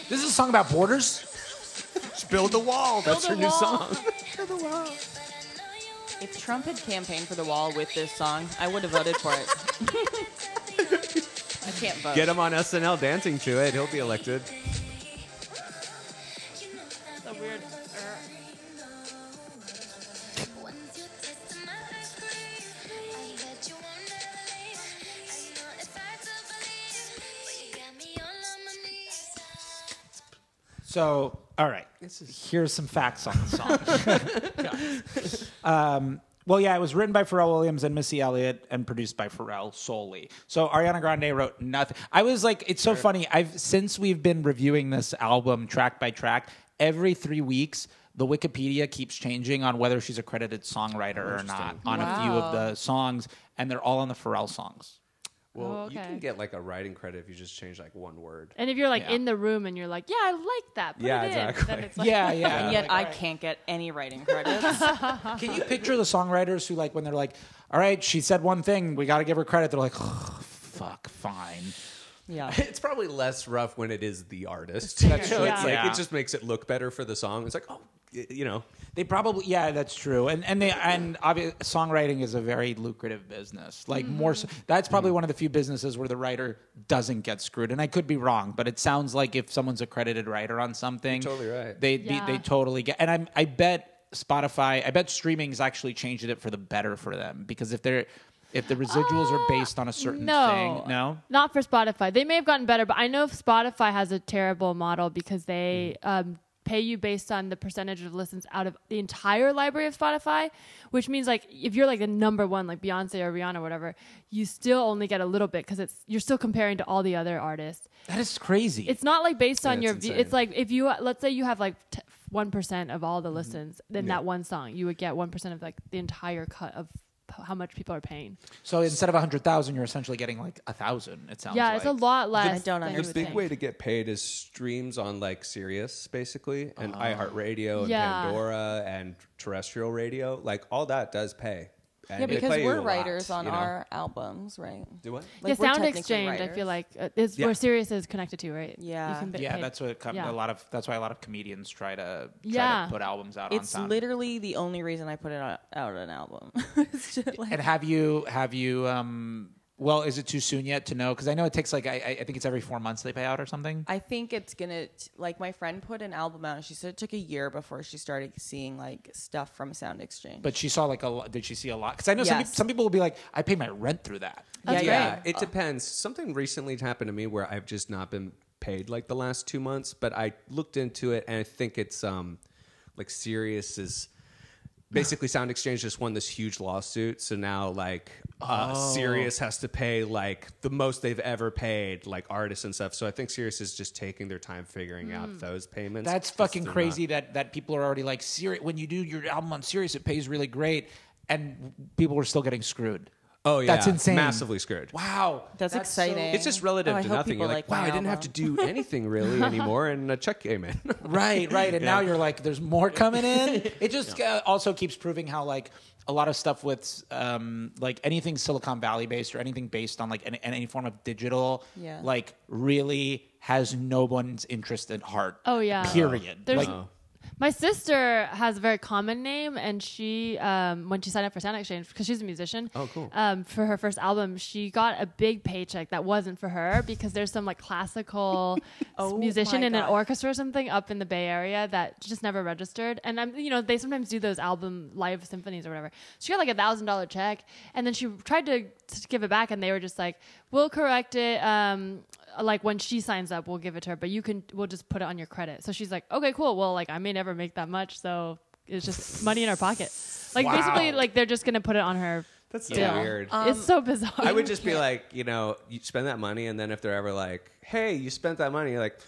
A: This is a song about borders.
D: Just build the wall. That's
B: Build
D: her
B: a
D: new
B: wall.
D: song.
C: if Trump had campaigned for the wall with this song, I would have voted for it. I can't vote.
D: Get him on SNL dancing to it. He'll be elected.
B: the weird.
A: So, all right. Here's some facts on the song. um, well, yeah, it was written by Pharrell Williams and Missy Elliott and produced by Pharrell solely. So Ariana Grande wrote nothing. I was like, it's so funny. I've since we've been reviewing this album track by track every three weeks. The Wikipedia keeps changing on whether she's a credited songwriter or not on a few
C: Wow.
A: of the songs, and they're all on the Pharrell songs.
D: Well,
B: Oh,
D: you
B: okay.
D: can get like a writing credit if you just change like one word.
B: And if you're like
A: Yeah.
B: in the room and you're like, yeah, I like that. Put
D: Yeah,
B: it in.
D: exactly.
B: Then it's like,
A: yeah, yeah.
C: And yet I can't get any writing credits.
A: Can you picture the songwriters who like when they're like, "All right, she said one thing, we got to give her credit." They're like, "Ugh, "Fuck, fine."
C: yeah.
D: It's probably less rough when it is the artist. You know,
A: true.
D: It's like
A: Yeah.
D: it just makes it look better for the song. It's like, oh, y- you know,
A: They probably yeah, that's true. And and they and obvi- songwriting is a very lucrative business. Like
D: Mm-hmm.
A: more, so, that's probably one of the few businesses where the writer doesn't get screwed. And I could be wrong, but it sounds like if someone's a credited writer on something,
D: You're totally right.
A: They they-
B: Yeah.
A: they totally get. And I'm I bet. Spotify, I bet streaming's actually changed it for the better for them because if they're if the residuals are based on a certain
B: Uh, No,
A: thing, no,
B: not for Spotify. They may have gotten better, but I know Spotify has a terrible model because they
D: Mm.
B: um, pay you based on the percentage of listens out of the entire library of Spotify, which means like if you're like the number one, like Beyonce or Rihanna or whatever, you still only get a little bit because it's you're still comparing to all the other artists.
A: that is crazy.
B: It's not like based on
D: Yeah,
B: your.
D: it's
B: View.
D: insane.
B: It's like if you let's say you have like. T- 1% of all the
D: Mm-hmm.
B: listens then that one song you would get 1% of like the entire cut of p- how much people are paying
A: So instead of a hundred thousand, you're essentially getting like a thousand. It sounds
B: yeah
A: like.
B: it's a lot less
C: don't
B: than you
D: the
C: understand.
B: would
D: big
B: think.
D: way to get paid is streams on like Sirius, basically, and iHeartRadio and
B: Yeah.
D: Pandora and terrestrial radio. Like all that does pay. And
C: Yeah,
D: they
C: because
D: pay you
C: we're
D: a lot,
C: writers on
D: you know?
C: our albums, right?
D: Do what?
C: Like,
B: yeah,
C: we're
B: Sound
C: technically
B: Exchange. I
C: writers.
B: feel like uh, is
D: Yeah.
B: where Sirius is connected to, right?
C: Yeah.
B: you can be
A: yeah,
B: paid-
A: that's what com- a
B: yeah.
A: lot of. That's why a lot of comedians try to try
B: Yeah.
A: to put albums out
C: It's
A: on SoundCloud.
C: literally the only reason I put it out, out an album. It's just like-
A: and have you have you? um Well, is it too soon yet to know? Because I know it takes like I, I- I think it's every four months they pay out or something.
C: I think it's gonna t- like my friend put an album out. and She said it took a year before she started seeing like stuff from Sound Exchange.
A: But she saw like a lot. Did she see a lot? Because I know some,
C: Yes.
A: peop- some people will be like, I pay my rent through that.
B: That's
C: yeah,
D: Yeah, it depends. Something recently happened to me where I've just not been paid like the last two months, but I looked into it and I think it's um like Sirius is basically Sound Exchange just won this huge lawsuit, so now like uh,
A: Oh.
D: Sirius has to pay like the most they've ever paid like artists and stuff. So I think Sirius is just taking their time figuring
C: Hmm.
D: out those payments.
A: That's
D: because
A: fucking
D: they're not-
A: crazy that that people are already like serious. When you do your album on Sirius, it pays really great, and people were still getting screwed.
D: Oh yeah,
A: that's insane.
D: Massively screwed.
A: Wow,
C: That's
A: so-
C: exciting.
D: It's just relative
C: Oh, I
D: to
C: hope
D: nothing.
C: people
D: You're like,
C: like
D: wow,
C: my
D: I didn't have to do anything really anymore, and a check came in.
A: Right, right. And now you're like, there's more coming in. It just uh, also keeps proving how like a lot of stuff with um, like anything Silicon Valley based or anything based on like any, any form of digital,
C: Yeah.
A: like really has no one's interest at heart.
B: Oh, yeah.
A: Period.
B: There's-
A: like,
B: My sister has a very common name, and she, um, when she signed up for Sound Exchange, because she's a musician,
D: Oh, cool.
B: um, for her first album, she got a big paycheck that wasn't for her because there's some like classical
C: Oh
B: musician
C: my
B: in an
C: God.
B: orchestra or something up in the Bay Area that just never registered. And I'm, you know, they sometimes do those album live symphonies or whatever. She got like a thousand dollar check, and then she tried to, to give it back, and they were just like, "We'll correct it." Um, like when she signs up, we'll give it to her, but you can, we'll just put it on your credit. So she's like, "Okay, cool. Well, like I may never make that much, so it's just money in our pocket." Like
A: Wow.
B: basically, like they're just gonna put it on her.
D: That's so
B: bill.
D: weird.
B: it's so bizarre.
D: I would just be like, you know, you spend that money, and then if they're ever like, "Hey, you spent that money," you're like,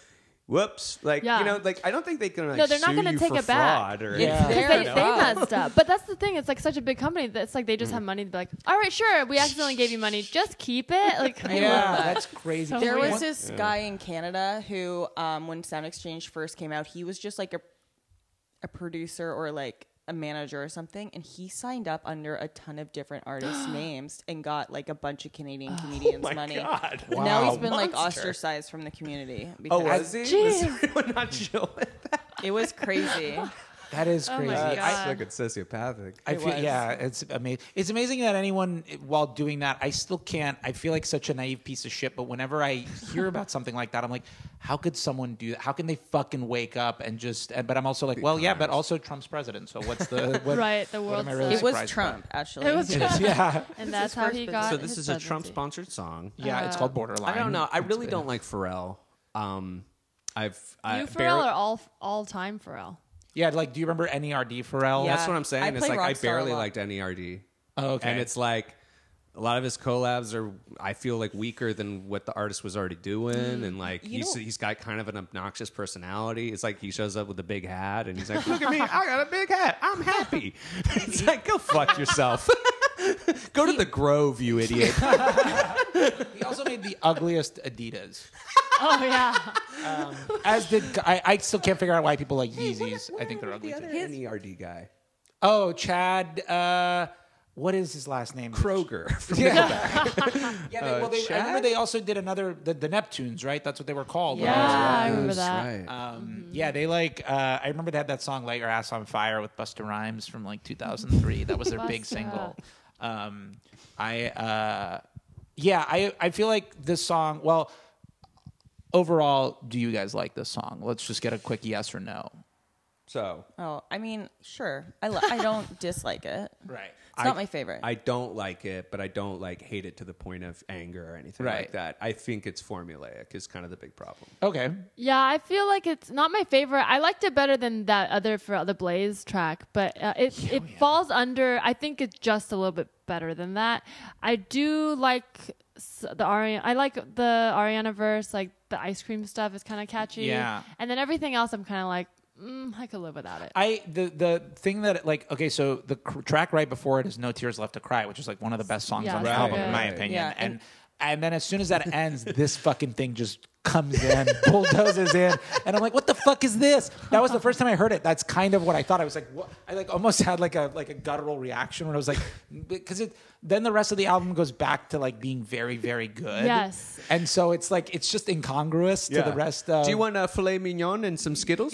D: "Whoops!" Like,
B: Yeah.
D: you know, like I don't think they can. Like,
B: No, they're not
D: sue
B: gonna
D: you
B: take
D: for
B: it back.
D: fraud Or
C: Yeah.
D: anything,
B: Because
C: Fair
B: they,
C: enough.
B: they messed up. But that's the thing. It's like such a big company that's like they just
D: Mm.
B: have money to be like, all right, sure, we accidentally gave you money. Just keep it. Like, I
A: yeah,
C: love that.
A: that's crazy.
B: So
C: There
B: weird.
C: was this guy in Canada who, um, when Sound Exchange first came out, he was just like a a producer or like a manager or something, and he signed up under a ton of different artists' names and got like a bunch of Canadian comedians
D: my
C: money.
D: God.
C: And Now
A: Wow.
C: he's been like
D: Monster.
C: ostracized from the community
D: Oh,
C: because
D: was he? Was
B: Jeez.
D: everyone not chill with that?
C: it was crazy.
A: that is
B: my
A: crazy.
B: God.
A: I,
D: It's Uh, like it's sociopathic.
A: I feel
C: was.
A: yeah, it's amazing. It's amazing that anyone while doing that, I still can't. I feel like such a naive piece of shit. But whenever I hear about something like that, I'm like, how could someone do that? How can they fucking wake up and just? And, but I'm also like, well, yeah, but also Trump's president. So what's the what,
B: Right, the
A: what am
B: world
A: I really
C: it was
A: surprised
C: Trump, actually.
B: It was
A: by? yeah,
B: and that's
C: his
B: how
C: first
B: he
C: business.
B: got.
D: so this
B: his
D: is a
B: presidency.
D: Trump-sponsored song.
A: yeah.
B: Uh,
A: It's called borderline.
D: I don't know. I
A: It's
D: really
A: been-
D: don't like Pharrell. Um, I've I,
B: New Pharrell
D: bar-
B: or all all time Pharrell?
A: Yeah, like, do you remember NERD Pharrell?
C: Yeah.
D: That's what I'm saying.
C: I
D: it's
C: play
D: like I
C: Rockstar a
D: barely
C: lot.
D: liked NERD.
A: Oh, okay.
D: And it's like a lot of his collabs are I feel like weaker than what the artist was already doing and like he's
C: know-
D: he's got kind of an obnoxious personality. It's like he shows up with a big hat and he's like, "Look at me. I got a big hat. I'm happy." it's like, "Go fuck yourself." Go to the Grove, you idiot.
A: He also made the ugliest Adidas. Um,
B: Oh yeah,
A: As did I, I still can't figure out why people like Yeezys. I think they're ugly. too.
D: NERD guy.
A: Oh, Chad. Uh, what is his last name?
D: Kroger. From
A: Yeah. yeah they,
D: Uh,
A: well, they, I remember
D: Chad?
A: they also did another the, the Neptunes, right? That's what they were called. when I was
B: yeah, Mm-hmm.
A: young.
B: I remember that.
A: Um, Yeah, they like. Uh, I remember they had that song "Light Your Ass on Fire" with Busta Rhymes from like 2003. That was their big
B: Busta.
A: single. Um, I uh, yeah, I I feel like this song. Well, overall, do you guys like this song? Let's just get a quick yes or no.
D: So
C: Oh, I mean, sure. I lo- I don't dislike it. It's
A: Right.
C: not my favorite.
D: I don't like it, but I don't like hate it to the point of anger or anything
A: Right.
D: like that. I think it's formulaic is kind of the big problem.
A: Okay.
B: Yeah, I feel like it's not my favorite. I liked it better than that other for the Blaze track, but uh, it
A: oh,
B: it falls under. I think it's just a little bit better than that. I do like s- the Ariana. I like the Ariana verse. Like the ice cream stuff is kind of catchy.
A: Yeah.
B: and then everything else, I'm kind of like, mm, I could live without it.
A: I the the thing that like okay, so the cr- track right before it is "No Tears Left to Cry," which is like one of the best songs
B: Yeah,
A: on the
B: so
A: album, in
B: good.
A: my opinion.
C: Yeah,
A: and, and
C: and-
A: then as soon as that ends, this fucking thing just comes in, bulldozes in, and I'm like, what the fuck is this? That was the first time I heard it. That's kind of what I thought. I was like, what? I like almost had like a like a guttural reaction when I was like, because it then the rest of the album goes back to like being very very good.
B: Yes.
A: and so it's like it's just incongruous to the rest uh, of.
D: Do you want a filet mignon and some Skittles?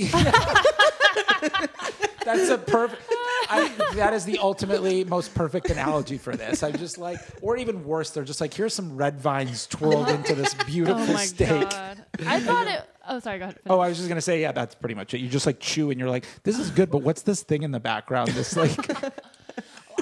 A: That's a perfect. I, that is the ultimately most perfect analogy for this. I'm just like, or even worse, they're just like, here's some red vines twirled into this
B: oh
A: beautiful
B: my
A: steak.
B: god, I thought it. Oh, sorry, go ahead.
A: Oh, I was just gonna say, yeah, that's pretty much it. You just like chew, and you're like, this is good, but what's this thing in the background? This like,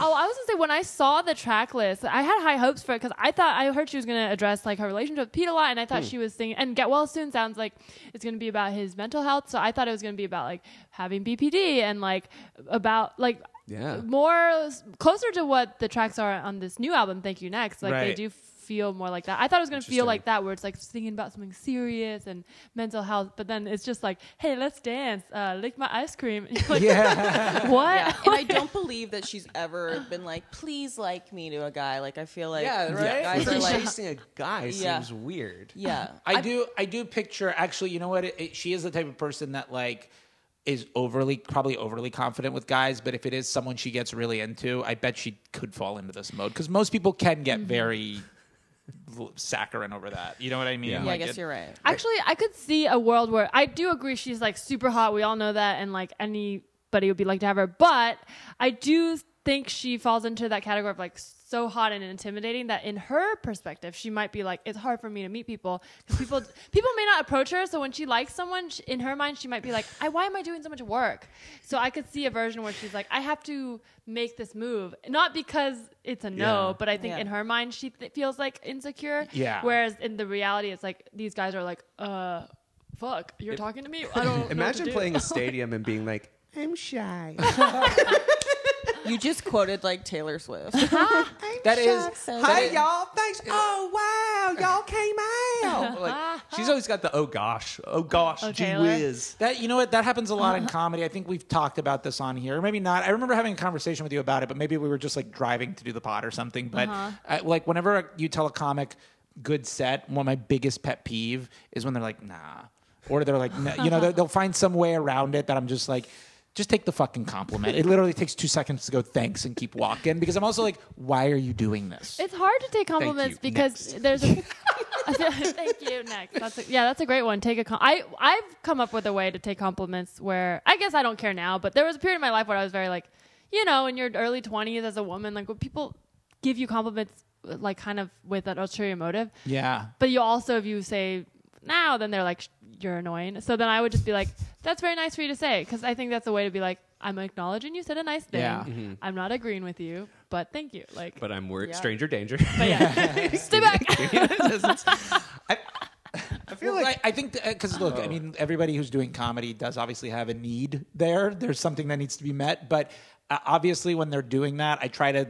B: Oh, I was gonna say when I saw the track list, I had high hopes for it because I thought I heard she was gonna address like her relationship with Pete a lot, and I thought she was singing. And Get Well Soon sounds like it's gonna be about his mental health, so I thought it was gonna be about like having BPD and like about like
D: Yeah.
B: more closer to what the tracks are on this new album. Thank you next, like they
A: Right.
B: do feel more like that. I thought it was gonna feel
D: Interesting.
B: like that where it's like singing about something serious and mental health, but then it's just like, hey, let's dance, uh, lick my ice cream. You're like,
A: yeah,
B: What?
C: yeah, and I don't believe that she's ever been like, "Please like me" to a guy. Like, I feel like guys are like,
D: chasing a guy
C: Yeah.
D: seems weird.
C: yeah.
A: I do. I do picture. Actually, you know what? It, it- she is the type of person that like is overly, probably overly confident with guys. But if it is someone she gets really into, I bet she could fall into this mode because most people can get very l- saccharine over that. You know what I mean?
D: Yeah. Yeah,
C: Yeah, I
A: Like,
C: guess
A: it-
C: you're right.
B: Actually, I could see a world where I do agree she's like super hot. We all know that, and like anybody would be like to have her. But I do think she falls into that category of like so hot and intimidating that in her perspective, she might be like, it's hard for me to meet people because people people may not approach her. So when she likes someone, sh in her mind, she might be like, I, why am I doing so much work? So I could see a version where she's like, I have to make this move, not because it's a no,
A: Yeah.
B: but I think
C: Yeah.
B: in her mind, she th- feels like insecure.
A: Yeah.
B: Whereas in the reality, it's like these guys are like, uh, fuck, you're talking to me. I don't.
D: Imagine playing a
B: a.
D: stadium and being like, I'm shy.
C: You just quoted like Taylor Swift.
A: That is
D: Hi, y'all. Thanks. Oh, wow. Y'all came out. Like, she's always got the, oh, gosh. Oh, gosh.
B: Oh,
D: gee
B: Taylor.
D: whiz.
A: That you know what that happens a lot in comedy. I think we've talked about this on here, maybe not. I remember having a conversation with you about it, but maybe we were just like driving to do the pod or something. But I, like whenever you tell a comic good set, one of my biggest pet peeve is when they're like, nah, or they're like, nah. you know, they'll- they'll find some way around it that I'm just like. Just take the fucking compliment. It literally takes two seconds to go thanks and keep walking because I'm also like, why are you doing this?
B: It's hard to take compliments
A: you.
B: because there's. A, thank you. Next, that's a, yeah, that's a great one. Take a. Com- I I've come up with a way to take compliments where I guess I don't care now, but there was a period in my life where I was very like, you know, in your early twenties as a woman, like when people give you compliments, like kind of with an ulterior motive.
A: yeah.
B: But you also, if you say now, then they're like, you're annoying. So then I would just be like, that's very nice for you to say. Because I think that's a way to be like, I'm acknowledging you said a nice thing.
A: Yeah.
B: I'm not agreeing with you, but thank you. Like, but,
D: But I'm wor-
C: Yeah.
D: stranger danger.
B: yeah, stay back.
D: I, I feel
A: Well,
D: like Oh.
A: I, I think because look, I mean, everybody who's doing comedy does obviously have a need there. There's something that needs to be met, but uh, obviously, when they're doing that, I try to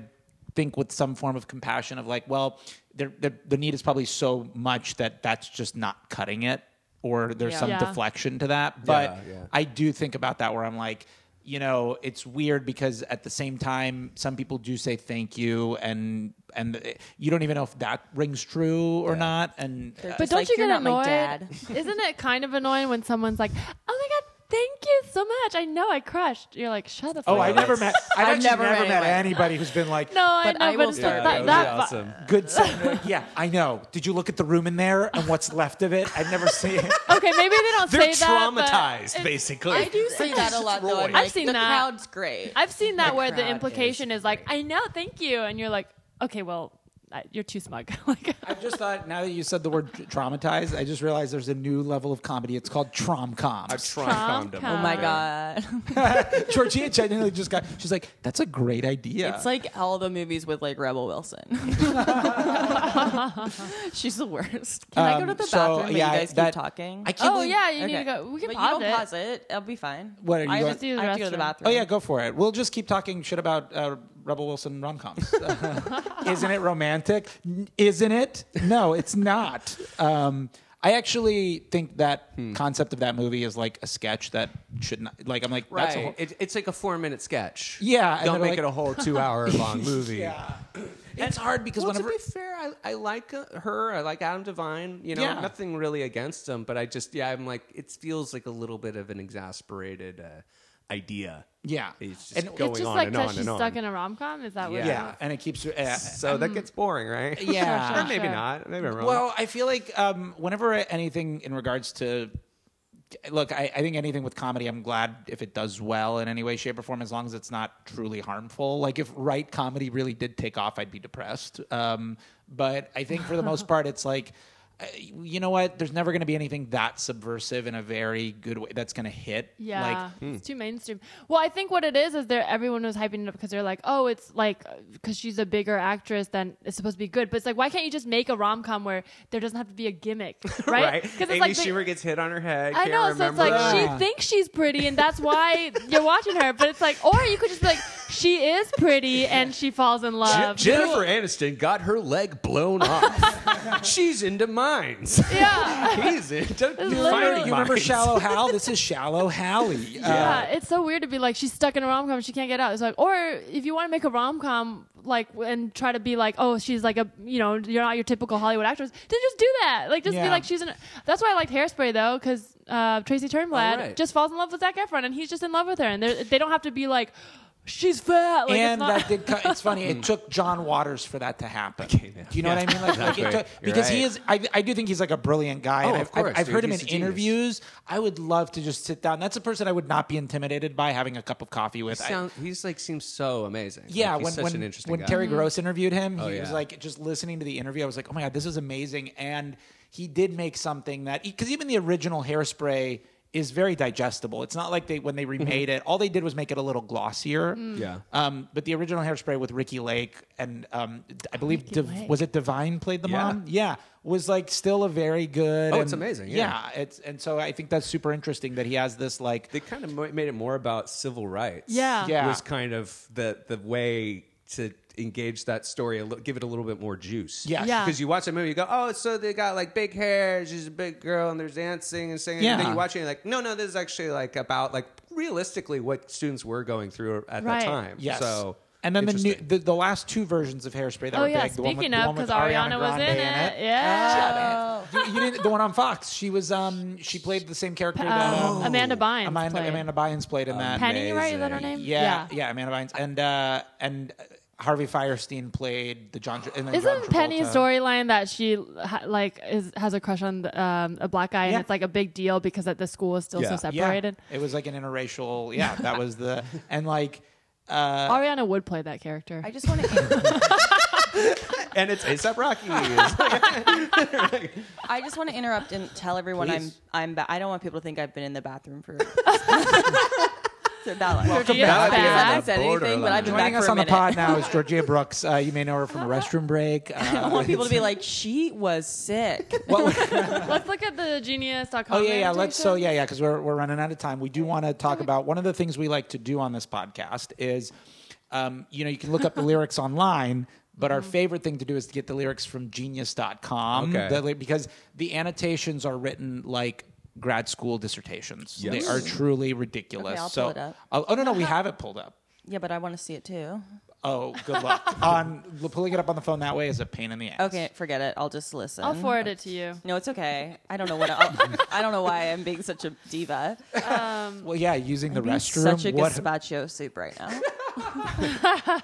A: think with some form of compassion of like, well, they're, they're, the need is probably so much that that's just not cutting it, or there's
C: Yeah.
A: some
B: Yeah.
A: deflection to that. But
D: yeah.
A: I do think about that where I'm like. You know, it's weird because at the same time, some people do say thank you, and and uh, you don't even know if that rings true or not. And
C: They're
A: uh,
B: But
C: It's
B: don't
C: like,
B: you
C: "You're
B: get
C: not my
B: annoyed?
C: dad."
B: Isn't it kind of annoying when someone's like, "Oh my god, thank you so much. I know I crushed." You're like, "Shut the fuck
A: Oh,
B: up."
A: I never met. I've,
C: I've
A: actually never,
C: never
A: met,
C: met anyone.
A: anybody who's been like,
B: No, I
C: But
B: know,
C: I
B: but
C: will
B: it's
C: start
B: that,
C: that
B: that,
C: would be
B: vi-
A: "Good son." yeah, I know. Did you look at the room in there and what's left of it? I've never seen it.
B: Okay, maybe they don't
D: They're
B: say that. but
D: traumatized,
B: it's-
D: basically.
C: I do say that a lot though. I'm
D: I've
C: like,
B: seen
C: the
B: that.
C: crowd's great.
B: I've seen that where the
C: crowd
B: implication is, like, I know, thank you, and you're like, okay, well, I- you're too smug. like,
A: I just thought now that you said the word traumatized, I just realized there's a new level of comedy. It's called
D: I
A: tromcom.
D: trom condom.
B: Oh
C: Oh my god.
A: Georgia genuinely just got. She's like, "That's a great idea."
C: It's like all the movies with like Rebel Wilson. She's the worst. Can I go
A: Um,
C: to the
A: so,
C: bathroom? while
A: yeah,
C: you guys keep
A: that-
C: talking.
A: I can't
B: oh
A: believe-
B: yeah, you need
C: Okay.
B: to go. We can
C: but
B: pause
C: you
B: it.
C: don't pause it. I'll be fine.
A: What are you
C: I
A: going-
C: have,
B: Do
C: to,
B: the
C: I have to go to the
B: restroom.
C: bathroom.
A: Oh yeah, go for it. We'll just keep talking shit about uh, Rebel Wilson rom coms. isn't it romantic? N- Isn't it? No, it's not. Um, I actually think that
D: Hmm.
A: concept of that movie is like a sketch that should not. Like I'm like that's a whole,
D: Right. It, it's like a four minute sketch.
A: Yeah, and
D: Don't
A: they're like-
D: make it a whole two hour long movie.
A: yeah. It's hard because
D: Well,
A: whenever
D: to be fair, I, I like uh, her. I like Adam Devine. You know,
A: Yeah.
D: nothing really against him, but I just, yeah, I'm like, it feels like a little bit of an exasperated uh, idea.
A: yeah,
D: It's just
A: and
D: going
B: It's just
D: on
B: like
D: and
B: that
D: on
B: she's
D: and on.
B: stuck in a rom com. Is that what?
D: Yeah.
A: yeah. and it keeps. Uh,
D: so that gets boring, right?
A: Yeah. Sure,
D: or
A: sure,
D: Eh, maybe
B: Mm. sure.
D: not. Maybe I'm wrong.
B: Uh-huh.
A: Well, I feel like um, whenever anything in regards to look, I, I think anything with comedy, I'm glad if it does well in any way, shape, or form, as long as it's not truly harmful. Like if right comedy really did take off, I'd be depressed. Um, but I think for the most part, it's like. uh, You know what? There's never going to be anything that subversive in a very good way that's going to hit.
B: Yeah,
D: hmm.
B: it's too mainstream. Well, I think what it is is there everyone was hyping it up because they're like, oh, it's like because she's a bigger actress than it's supposed to be good. But it's like, why can't you just make a rom com where there doesn't have to be a gimmick, right?
D: right?
B: Because
D: Amy
B: it's like. the-
D: Schumer gets hit on her head.
B: I
D: can't
B: know, so it's
D: remember
B: like
D: her-
A: Yeah.
B: she thinks she's pretty, and that's why you're watching her. But it's like, or you could just be like, she is pretty, and she falls in love.
D: Jennifer Aniston got her leg blown off. She's into mines.
B: yeah,
D: He's into
B: is
A: You remember,
B: Literally.
A: you remember Shallow Hal? This is Shallow Hallie. Uh,
B: Yeah, it's so weird to be like she's stuck in a rom com, she can't get out. It's like, or if you want to make a rom com, like and try to be like, oh, she's like a you know, you're not your typical Hollywood actress, then just do that. Like just
A: Yeah.
B: be like she's an. That's why I liked Hairspray though, because uh, Tracy Turnblad
D: right.
B: just falls in love with Zac Efron, and he's just in love with her, and they're- they don't have to be like. she's fat. Like,
A: and
B: it's not,
A: that did. Co- it's funny. It took John Waters for that to happen.
D: Hmm. yeah.
A: Do you know what I mean? Like, like, it
D: Exactly.
A: took-
D: You're
A: because he
D: right. Oh,
A: is. I, I do think he's like a brilliant guy. and
D: of
A: I've, I've-
D: course,
A: I've,
D: dude.
A: heard him in
D: He's a genius.
A: interviews. I would love to just sit down. That's a person I would not be intimidated by having a cup of coffee with. I-
D: Sound, he's like seems so amazing.
A: yeah,
D: Like, he's
A: when
D: such
A: when,
D: an interesting
A: when
D: guy.
B: Mm-hmm.
D: Oh,
A: Terry Gross interviewed him, he was
D: yeah.
A: like just listening to the interview. I was like, oh my god, this is amazing, and he did make something that because even the original Hairspray is very digestible. It's not like they when they
D: Mm-hmm.
A: remade it, all they did was make it a little glossier.
B: Mm.
D: Yeah.
A: Um, but the original Hairspray with Ricky Lake and um, d- I believe Div-
B: Lake.
A: was it Divine played the
D: Yeah.
A: mom. Yeah, was like still a very good.
D: Oh, it's
A: and-
D: amazing, yeah.
A: it's and so I think that's super interesting that he has this like
D: they kind of mo- made it more about civil rights.
B: Yeah.
A: Yeah.
D: was kind of the the way to engage that story, a li- give it a little bit more juice.
A: Yes.
B: Yeah.
D: Because you watch that movie, you go, oh, so they got like big hair, she's a big girl, and they're dancing and singing. And then
A: Yeah.
D: you watch it, and you're like, no, no, this is actually like about like realistically what students were going through at
B: Right.
D: that time.
A: Yes.
D: So
A: and then the, new,
D: interesting.
A: the the last two versions of Hairspray that
B: oh
A: were
B: yeah,
A: big. The one with,
B: speaking
A: the
B: of
A: one with
B: because Ariana, was in
A: Grande
B: it. Yeah.
A: You, you didn't, the one on Fox. She was um she played the same character that
B: Um, Amanda Bynes.
A: Oh. Amanda,
B: played.
A: Amanda Bynes played
D: Oh,
A: in that.
B: Penny, right? Is that her name?
D: Amazing.
A: yeah, yeah, Amanda Bynes and uh and Harvey Firestein played the John. And then John
B: Isn't Penny's
A: Travolta.
B: storyline that she ha- like is has a crush on the, um, a black guy
A: Yeah.
B: and it's like a big deal because that the school is still so
D: Yeah.
B: separated?
A: Yeah, it was like an interracial. Yeah, that was the and like uh
B: Ariana would play that character.
C: I just want to.
D: and it's ASAP Rocky. It's like-
C: I just want to interrupt and tell everyone
D: Please.
C: I'm. I'm. Ba- I don't want people to think I've been in the bathroom for. so that long.
B: Welcome Yeah, back.
C: I
B: back.
C: haven't said anything, but I've been
A: joining
C: back
A: us
C: for a
A: on the
C: minute.
A: pod now is Georgia Brooks. Uh, you may know her from Restroom Break. Uh,
C: I want people to be like, she was sick.
B: Let's look at the genius.com.
A: Oh yeah, yeah. Let's so yeah, yeah. Because we're we're running out of time. We do want to talk about one of the things we like to do on this podcast is, um, you know, you can look up the lyrics online. But
C: Mm-hmm.
A: our favorite thing to do is to get the lyrics from genius.com
D: Okay.
A: The li- because the annotations are written like grad school dissertations. They
D: Yes.
A: are truly ridiculous.
C: Okay, I'll
A: so,
C: pull it up.
A: I'll- oh, no, no, we have it pulled up.
C: yeah, but I want to see it too.
A: Oh, good luck. on Pulling it up on the phone that way is a pain in the ass.
C: Okay, forget it. I'll just listen.
A: Mm-hmm.
B: I'll forward it to you.
C: No, it's okay. I don't know what. I'll, I don't know why I'm being such a diva.
A: Well, yeah, using the
C: Being
A: restroom.
C: Such a
A: what
C: gazpacho soup right now.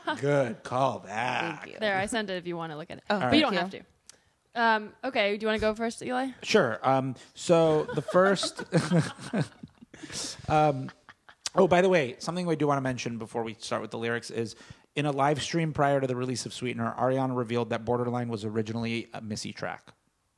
A: a good call back.
C: Thank you.
B: There, I sent it if you want to look at it.
C: Oh,
B: but you don't
C: thank
B: have to. Um, okay, do you want to go first, Eli?
A: Sure. Um, so the first. um, oh, by the way, something we do want to mention before we start with the lyrics is in a live stream prior to the release of Sweetener, Ariana revealed that Borderline was originally a Missy track.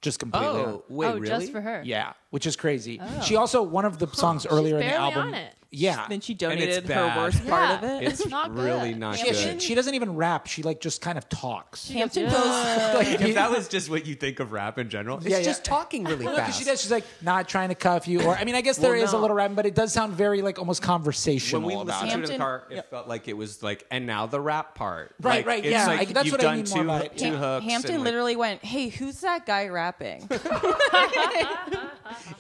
A: Just completely.
D: oh, wait,
B: oh,
D: really?
B: just for her.
A: Yeah, which is crazy. She also, one of the songs earlier in the
B: barely
A: album.
B: on it.
A: Yeah.
C: Then she
D: And it's
C: donated her
D: bad.
C: worst
B: Yeah.
C: part of it.
D: It's
B: Not
D: really
B: good.
D: not
A: Yeah,
D: good.
A: she, she doesn't even rap. She like just kind of talks.
C: Hampton
B: Yeah.
C: Post.
D: Like, if that was just what you think of rap in general, it's
A: Yeah, yeah.
D: just talking really
A: No, 'cause
D: fast.
A: she does. She's like not trying to cuff you, or I mean, I guess there is a
D: no.
A: little rapping, but it does sound very like almost conversational
D: when we
A: about
D: listened
A: it.
D: to it in the
C: Hampton-
D: car, it felt like it was like, and now the rap part.
A: Right,
D: Like,
A: right,
D: it's
A: yeah.
D: Like
A: I- that's
D: you've
A: what I
D: done
A: mean more
D: two,
A: by it.
D: two hooks.
C: Hampton
D: and, like-
C: literally went, "Hey, who's that guy rapping?"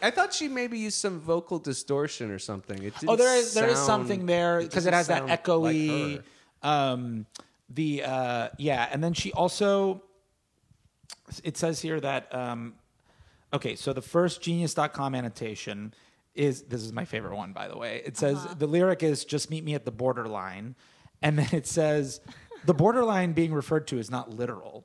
D: I thought she maybe used some vocal distortion or something. It
A: Oh,
D: didn't
A: there is there is
D: sound-
A: something there because it,
D: doesn't
A: has that
D: sound like
A: echoey.
D: her.
A: um, the uh, yeah, and then she also. It says here that um, okay, so the first Genius.com annotation is this is my favorite one by the way. It says
D: Uh-huh.
A: the lyric is "Just meet me at the borderline," and then it says the borderline being referred to is not literal.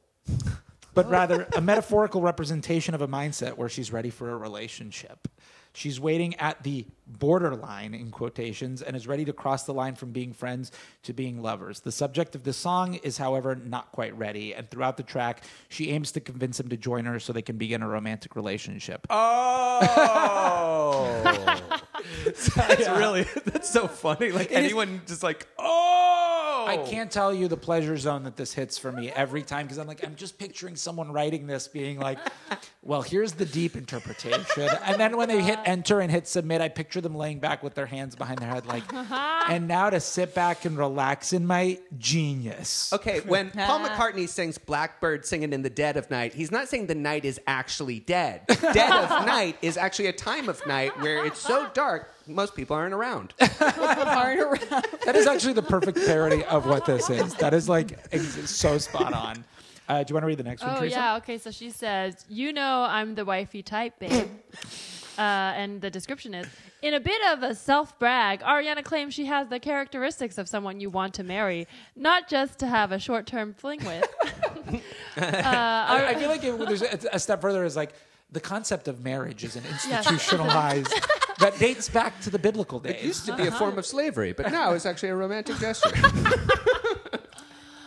A: but rather a metaphorical representation of a mindset where she's ready for a relationship. She's waiting at the borderline, in quotations, and is ready to cross the line from being friends to being lovers. The subject of the song is, however, not quite ready, and throughout the track, she aims to convince him to join her so they can begin a romantic relationship.
D: Oh, that's really that's so funny. Like
A: is-
D: anyone just like oh,
A: I can't tell you the pleasure zone that this hits for me every time because I'm like, I'm just picturing someone writing this being like, well, here's the deep interpretation. And then when they hit enter and hit submit, I picture them laying back with their hands behind their head, like, and now to sit back and relax in my genius.
D: Okay, when Paul
C: Ah.
D: McCartney sings Blackbird singing in the dead of night, he's not saying the night is actually dead. Dead of night is actually a time of night where it's so dark, most people aren't around.
B: Oh
A: That is actually the perfect parody of what this is. That is like ex- so spot on. Uh, do you want to read the next one,
B: Oh
A: Teresa?
B: yeah. Okay, so she says, "You know, I'm the wifey type, babe." uh, and the description is In a bit of a self brag, Ariana claims she has the characteristics of someone you want to marry, not just to have a short term fling with.
A: I, I feel like it, there's a, a step further is like the concept of marriage is an institutionalized that dates back to the biblical
D: It
A: days.
D: used to be a form of slavery, but now it's actually a romantic gesture.
C: I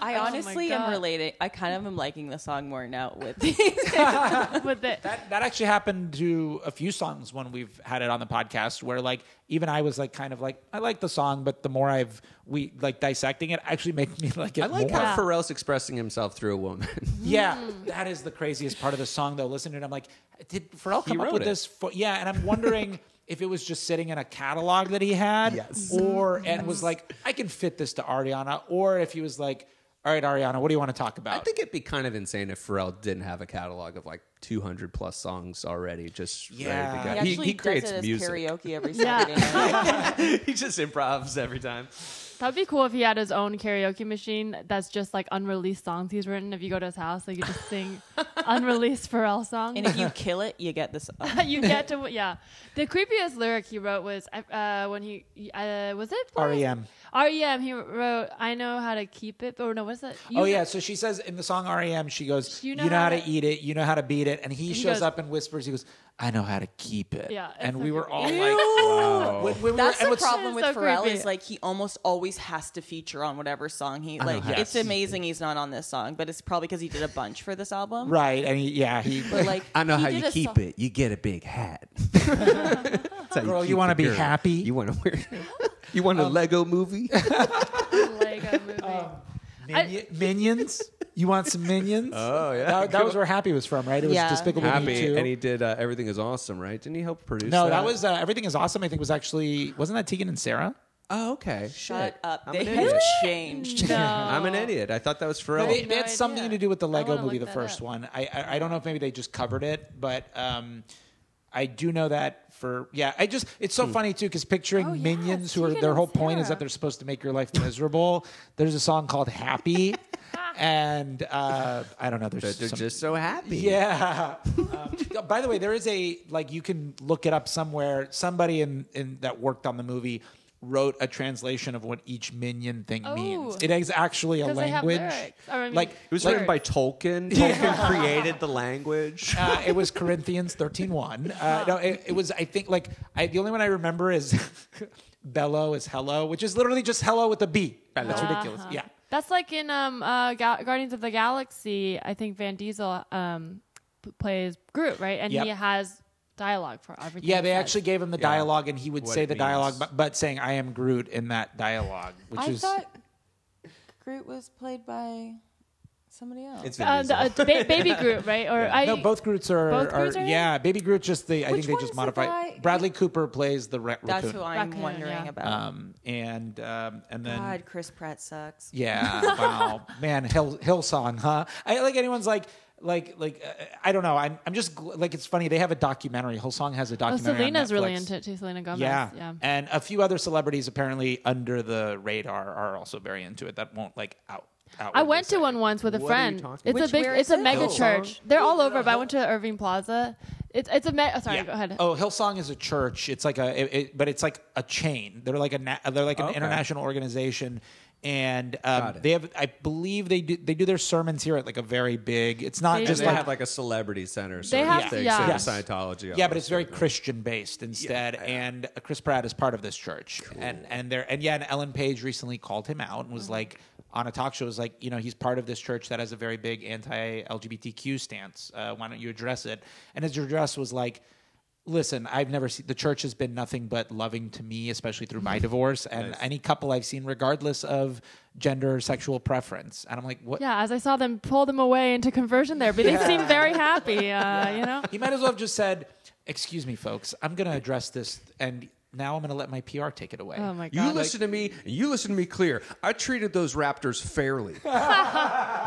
B: Oh my
C: honestly
B: God.
C: am relating. I kind of am liking the song more now with these.
B: with the,
A: That, that actually happened to a few songs when we've had it on the podcast where like even I was like kind of like I like the song but the more I've we like dissecting it actually made me like it
D: I like
A: more.
D: how Pharrell's expressing himself through a woman.
A: Yeah, that is the craziest part of the song, though. Listen to it. I'm like, did Pharrell
D: He
A: come up
D: wrote
A: with
D: it.
A: this? For, yeah, and I'm wondering if it was just sitting in a catalog that he had,
D: Yes.
A: or and was like, I can fit this to Ariana, or if he was like, all right, Ariana, what do you want to talk about?
D: I think it'd be kind of insane if Pharrell didn't have a catalog of like 200 plus songs already just
A: Yeah.
D: ready to
A: He
D: go.
C: He actually does it as karaoke every Saturday night.
D: he just improvs every time.
B: That'd be cool if he had his own karaoke machine that's just like unreleased songs he's written. If you go to his house, like you just sing unreleased Pharrell songs.
C: And if you kill it, you get this.
B: you get to yeah. The creepiest lyric he wrote was uh, when he uh, was it
A: REM.
B: REM. He wrote, "I know how to keep it," or no, what's that? You
A: oh
B: know-
A: yeah, so she says in the song REM, she goes, "You know, how, to eat it, you know how to beat it," and he, shows
B: goes-
A: up and whispers, "He goes, I know how to keep it."
B: Yeah, it's
A: and
B: so
A: we were
B: creepy.
A: all like, wow. When- when we were-
C: That's
A: and
C: the
A: what's-
C: problem with
B: so
C: Pharrell
B: creepy.
C: is like he almost always has to feature on whatever song he like.
D: how to
C: It's
D: keep
C: amazing he's not on this song, but it's probably because he did a bunch for this album.
A: Right, and he, yeah, he.
C: But like,
D: I know
C: he
D: how
C: did
D: you
C: a
D: keep
C: song-
D: it. You get a big hat.
A: Girl, you wanna be happy?
D: You want to wear. You want a Lego movie?
B: Lego movie.
A: Um, Minion, minions? You want some minions?
D: Oh, yeah.
A: That, that was where Happy was from, right? It was
C: Yeah.
A: Despicable Me
D: happy,
A: Too.
D: and he did. Uh, Everything is awesome, right? Didn't he help produce?
A: no, that was uh, Everything Is Awesome. I think was actually wasn't that Tegan and Sarah?
D: Oh, okay.
C: Shut
D: Shit.
C: up!
D: I'm
C: They
D: an
C: have
D: idiot.
C: changed.
B: No.
D: I'm an idiot. I thought that was Pharrell.
A: They,
B: no
A: they had
B: idea.
A: something to do with the
B: I
A: Lego
B: wanna
A: Movie, the
B: look that
A: first
B: up.
A: one. I, I I don't know if maybe they just covered it, but um, I do know that for yeah. I just it's
D: Hmm.
A: so funny too because picturing
B: Oh, yes,
A: minions who are
B: Tegan
A: their
B: and
A: whole point is
B: Sarah.
A: that they're supposed to make your life miserable. There's a song called Happy, and uh, I don't know. There's
D: But they're
A: some-
D: just so happy.
A: Yeah. um, by the way, there is a like you can look it up somewhere. Somebody in, in that worked on the movie wrote a translation of what each minion thing means.
B: Oh.
A: It is actually a
B: 'Cause they have
A: language.
B: lyrics. Or, I mean,
A: like
B: It
D: It was
A: like,
D: written by Tolkien. Tolkien created the language.
A: uh, it was Corinthians 13.1. Uh, no, it, it was, I think, like, I, the only one I remember is Bello is Hello, which is literally just Hello with a B. That's
B: Uh-huh.
A: ridiculous. Yeah.
B: That's like in um uh Ga- Guardians of the Galaxy. I think Van Diesel um p- plays Groot, right? And
A: Yep.
B: he has dialogue for everything.
A: Yeah,
B: he
A: they
B: says.
A: actually gave him the
D: Yeah.
A: dialogue, and he would
D: What
A: say
D: it
A: the dialogue,
D: means.
A: but, but saying, I am Groot in that dialogue, which
C: I
A: is.
C: thought Groot was played by somebody else.
D: It's
B: Uh, the, uh, ba- baby Groot, right? Or I
A: no, both Groots are.
B: Both
A: are,
B: Groots are in
A: yeah, Baby Groot just the. I
C: Which
A: think they
C: one's
A: just
C: the guy-
A: modified. Bradley Cooper plays the ra-
C: That's
A: raccoon.
C: who I'm
B: Raccoon,
C: wondering
B: yeah.
C: about.
A: um, and um, and then
C: God, Chris Pratt sucks.
A: yeah, wow, man, Hill Hillsong, huh? I like anyone's like. Like, like, uh, I don't know. I'm, I'm just gl- like, it's funny. They have a documentary. Hillsong has a
B: Oh,
A: documentary. on
B: Selena's really
A: Netflix.
B: into it too. Selena Gomez.
A: Yeah.
B: yeah.
A: and a few other celebrities apparently under the radar are also very into it. That won't like out.
B: I
A: outwardly
B: went to
A: say.
B: one once with a
D: What are you
B: friend.
D: talking
B: It's
C: about?
B: a big,
C: Where
B: it's
C: is
B: a
C: it?
B: mega
A: Hillsong?
B: church. They're all over, but I went to Irving Plaza. It's it's a me- oh, sorry.
A: Yeah.
B: Go ahead.
A: Oh, Hillsong is a church. It's like a, it, it, but it's like a chain. They're like a, na- they're like an
D: Okay.
A: international organization, and um,
D: Got it.
A: they have. I believe they do. They do their sermons here at like a very big. It's not
B: They
A: just
D: Just
B: do.
A: like.
D: have like a celebrity center.
B: They have-
D: things,
B: yeah.
D: same
A: Yes.
D: as Scientology.
A: yeah, but it's very
D: obviously.
A: Christian based instead, and uh, Chris Pratt is part of this church, and and there and yeah, and Ellen Page recently called him out and was like on a talk show was like, you know, he's part of this church that has a very big anti-LGBTQ stance. Uh, why don't you address it? And his address was like, listen, I've never seen the church has been nothing but loving to me, especially through my divorce and any couple I've seen, regardless of gender or sexual preference. And I'm like, what?
B: Yeah, as I saw them pull them away into conversion there, but they seemed very happy. Uh, You know,
A: He might as well have just said, "Excuse me, folks. I'm going to address this, and Now I'm going to let my PR take it away.
B: Oh my
D: You
B: god!
D: listen to me, and you listen to me clear. I treated those raptors fairly.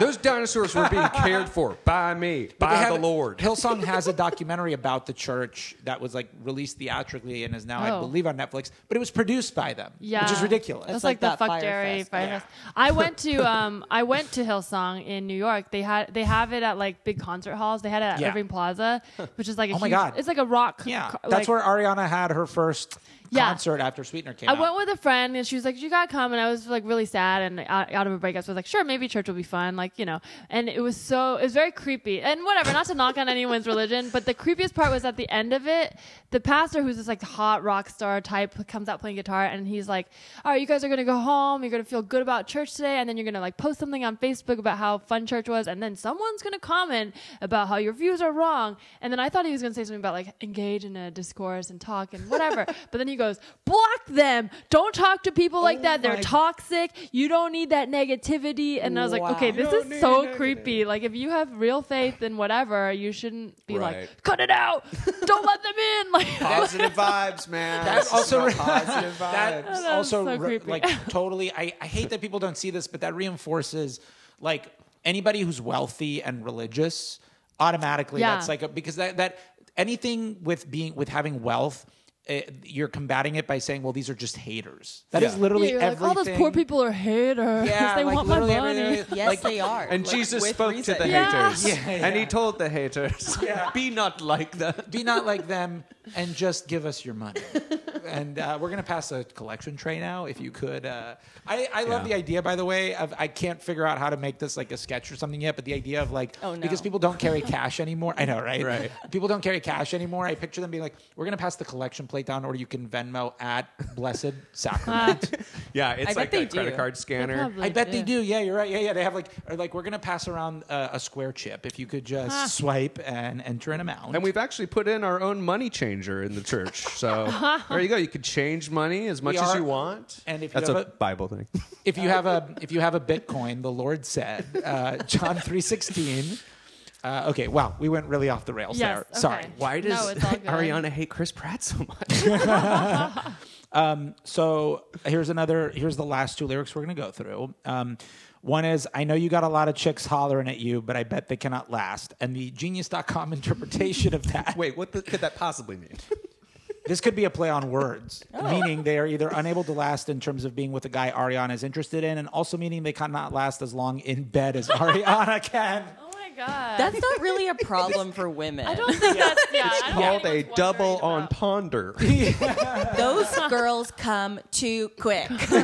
D: those dinosaurs were being cared for by me,
A: They
D: by
A: have-
D: the Lord.
A: Hillsong has a documentary about the church that was like released theatrically and is now, I
B: Oh.
A: believe, on Netflix. But it was produced by them,
B: yeah,
A: which is ridiculous.
B: That's
C: It's
B: like, the
C: like that
B: fuck
C: Fyre
B: Jerry
C: Fest.
B: Fyre
A: Yeah.
B: Fest. I went to um I went to Hillsong in New York. They had they have it at like big concert halls. They had it at
A: Yeah.
B: Irving Plaza, which is like a
A: Oh my
B: huge,
A: God.
B: it's like a rock.
A: yeah,
B: co-
A: that's
B: like-
A: where Ariana had her first
B: Yeah.
A: concert after Sweetener came
B: I
A: out.
B: went with a friend and she was like, "You gotta come." And I was like really sad and out, out of a breakup, so I was like, "Sure, maybe church will be fun." Like you know, and it was so it was very creepy and whatever. Not to knock on anyone's religion, but the creepiest part was at the end of it. The pastor, who's this like hot rock star type, comes out playing guitar and he's like, "All right, you guys are gonna go home. You're gonna feel good about church today, and then you're gonna like post something on Facebook about how fun church was, and then someone's gonna comment about how your views are wrong." And then I thought he was gonna say something about like engage in a discourse and talk and whatever, but then he goes, "Block them. Don't talk to people like that. They're
A: Oh my-
B: toxic. You don't need that negativity." And I was like,
C: Wow.
B: "Okay, this
D: don't need
B: is so
D: negative.
B: creepy. Like if you have real faith in whatever, you shouldn't be
D: Right.
B: like, cut it out. don't let them in." Like
D: Positive vibes, man.
A: That's
D: This is
A: also-
D: about positive
A: That
D: vibes.
B: Oh, was
A: also
B: so
A: re-
B: creepy.
A: like totally. I, I hate that people don't see this, but that reinforces like anybody who's wealthy and religious automatically.
B: Yeah.
A: That's like a, because that that anything with being with having wealth. eh, you're combating it by saying, "Well, these are just haters." That is
D: Yeah.
A: literally
B: Yeah, you're like,
A: everything.
B: all those poor people are haters.
A: Yeah,
B: they
A: like,
B: want my
A: literally
B: money.
A: everything-
C: Yes,
A: Like-
C: they are.
D: And
C: Like,
D: Jesus
C: with
D: spoke to
C: reason.
D: the
B: Yeah.
D: haters,
A: Yeah, yeah.
D: and he told the haters, "Be not like them."
A: be not like them and just give us your money. and uh, we're gonna pass a collection tray now. If you could, uh, I, I love
D: Yeah.
A: the idea. By the way, of I can't figure out how to make this like a sketch or something yet. But the idea of like,
C: Oh, no.
A: because people don't carry cash anymore. I know, right?
D: Right.
A: People don't carry cash anymore. I picture them being like, we're gonna pass the collection plate down, or you can Venmo at Blessed
C: Ah,
A: Sacrament.
D: Yeah, it's
C: bet
D: like
C: they
D: that credit
C: do.
D: card scanner.
A: I bet they do. Yeah, you're right. Yeah, yeah. They have like, or like we're gonna pass around uh, a square chip. If you could just swipe and enter an amount.
D: And we've actually put in our own money changer in the church. So there you go. You can change money as much as
A: are-
D: you want.
A: and if you
D: that's
A: have
D: a
A: a-
D: Bible thing.
A: if you have a if you have a Bitcoin, the Lord said, uh, John three sixteen. Uh, okay, wow, we went really off the rails
B: Yes,
A: there.
B: okay.
A: Sorry.
D: Why
B: No,
D: does
B: it's all good.
D: Ariana hate Chris Pratt so much?
A: So here's another. Here's the last two lyrics we're gonna go through. Um, one is, I know you got a lot of chicks hollering at you, but I bet they cannot last. And the genius.com interpretation of that.
D: Wait, what the, could that possibly mean?
A: This could be a play on words,
B: Oh.
A: meaning they are either unable to last in terms of being with a guy Ariana is interested in, and also meaning they cannot last as long in bed as Ariana can.
B: Oh my god.
C: That's not really a problem for women.
B: I don't think that's yeah. I don't
D: Called a
B: think anyone's
D: double
B: worried
D: on
B: about-
D: ponder.
C: Those girls come too quick.
A: Y'all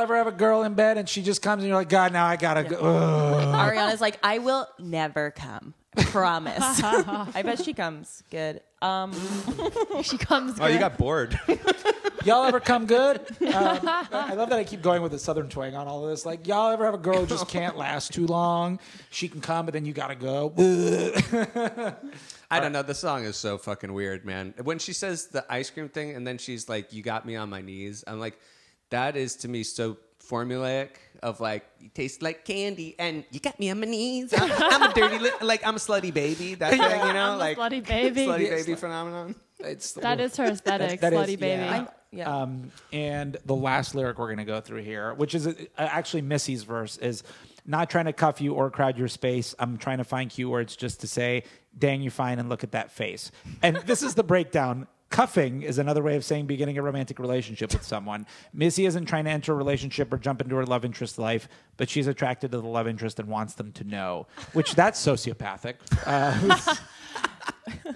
A: ever have a girl in bed and she just comes and you're like, God, now I gotta go. Ugh.
C: Ariana's like, I will never come. Promise. I bet she comes. Good. Um,
B: She comes.
D: oh, you
B: good.
D: got bored.
A: Y'all ever come good? Um, I love that I keep going with a southern twang on all of this. Like, y'all ever have a girl who just can't last too long? She can come, but then you gotta go. Ugh.
D: I don't know. The song is so fucking weird, man. When she says the ice cream thing and then she's like, You got me on my knees, I'm like, That is to me so formulaic of like, You taste like candy and you got me on my knees. I'm, I'm a dirty, li- like, I'm a slutty baby. That thing, you know?
B: I'm a
D: like,
B: slutty baby.
D: Slutty
A: Yeah,
D: baby
A: slut.
D: phenomenon.
A: It's
B: That is her aesthetic,
A: That is-
B: slutty baby.
A: yeah.
C: I'm- yeah.
A: Um, and the last lyric we're going to go through here, which is uh, actually Missy's verse, is not trying to cuff you or crowd your space. I'm trying to find key words just to say, dang, you're fine, and look at that face. And this is the breakdown. Cuffing is another way of saying beginning a romantic relationship with someone. Missy isn't trying to enter a relationship or jump into her love interest life, but she's attracted to the love interest and wants them to know, which that's sociopathic. Uh,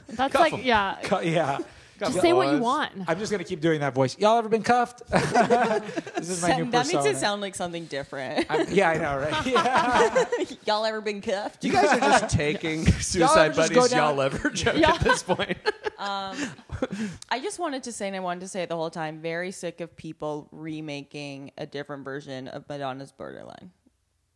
B: That's like yeah.
A: cu- yeah.
B: Just say what you want.
A: I'm just going to keep doing that voice. Y'all ever been cuffed? this is my new
C: that makes
A: persona.
C: it sound like something different.
A: I'm- yeah, I know, right? Yeah.
C: Y'all ever been cuffed?
D: You guys are just taking
A: ever
D: suicide
A: just go
D: buddies,
A: down-
D: y'all ever joke
B: Yeah.
D: at this point.
C: I just wanted to say, and I wanted to say it the whole time, very sick of people remaking a different version of Madonna's Borderline.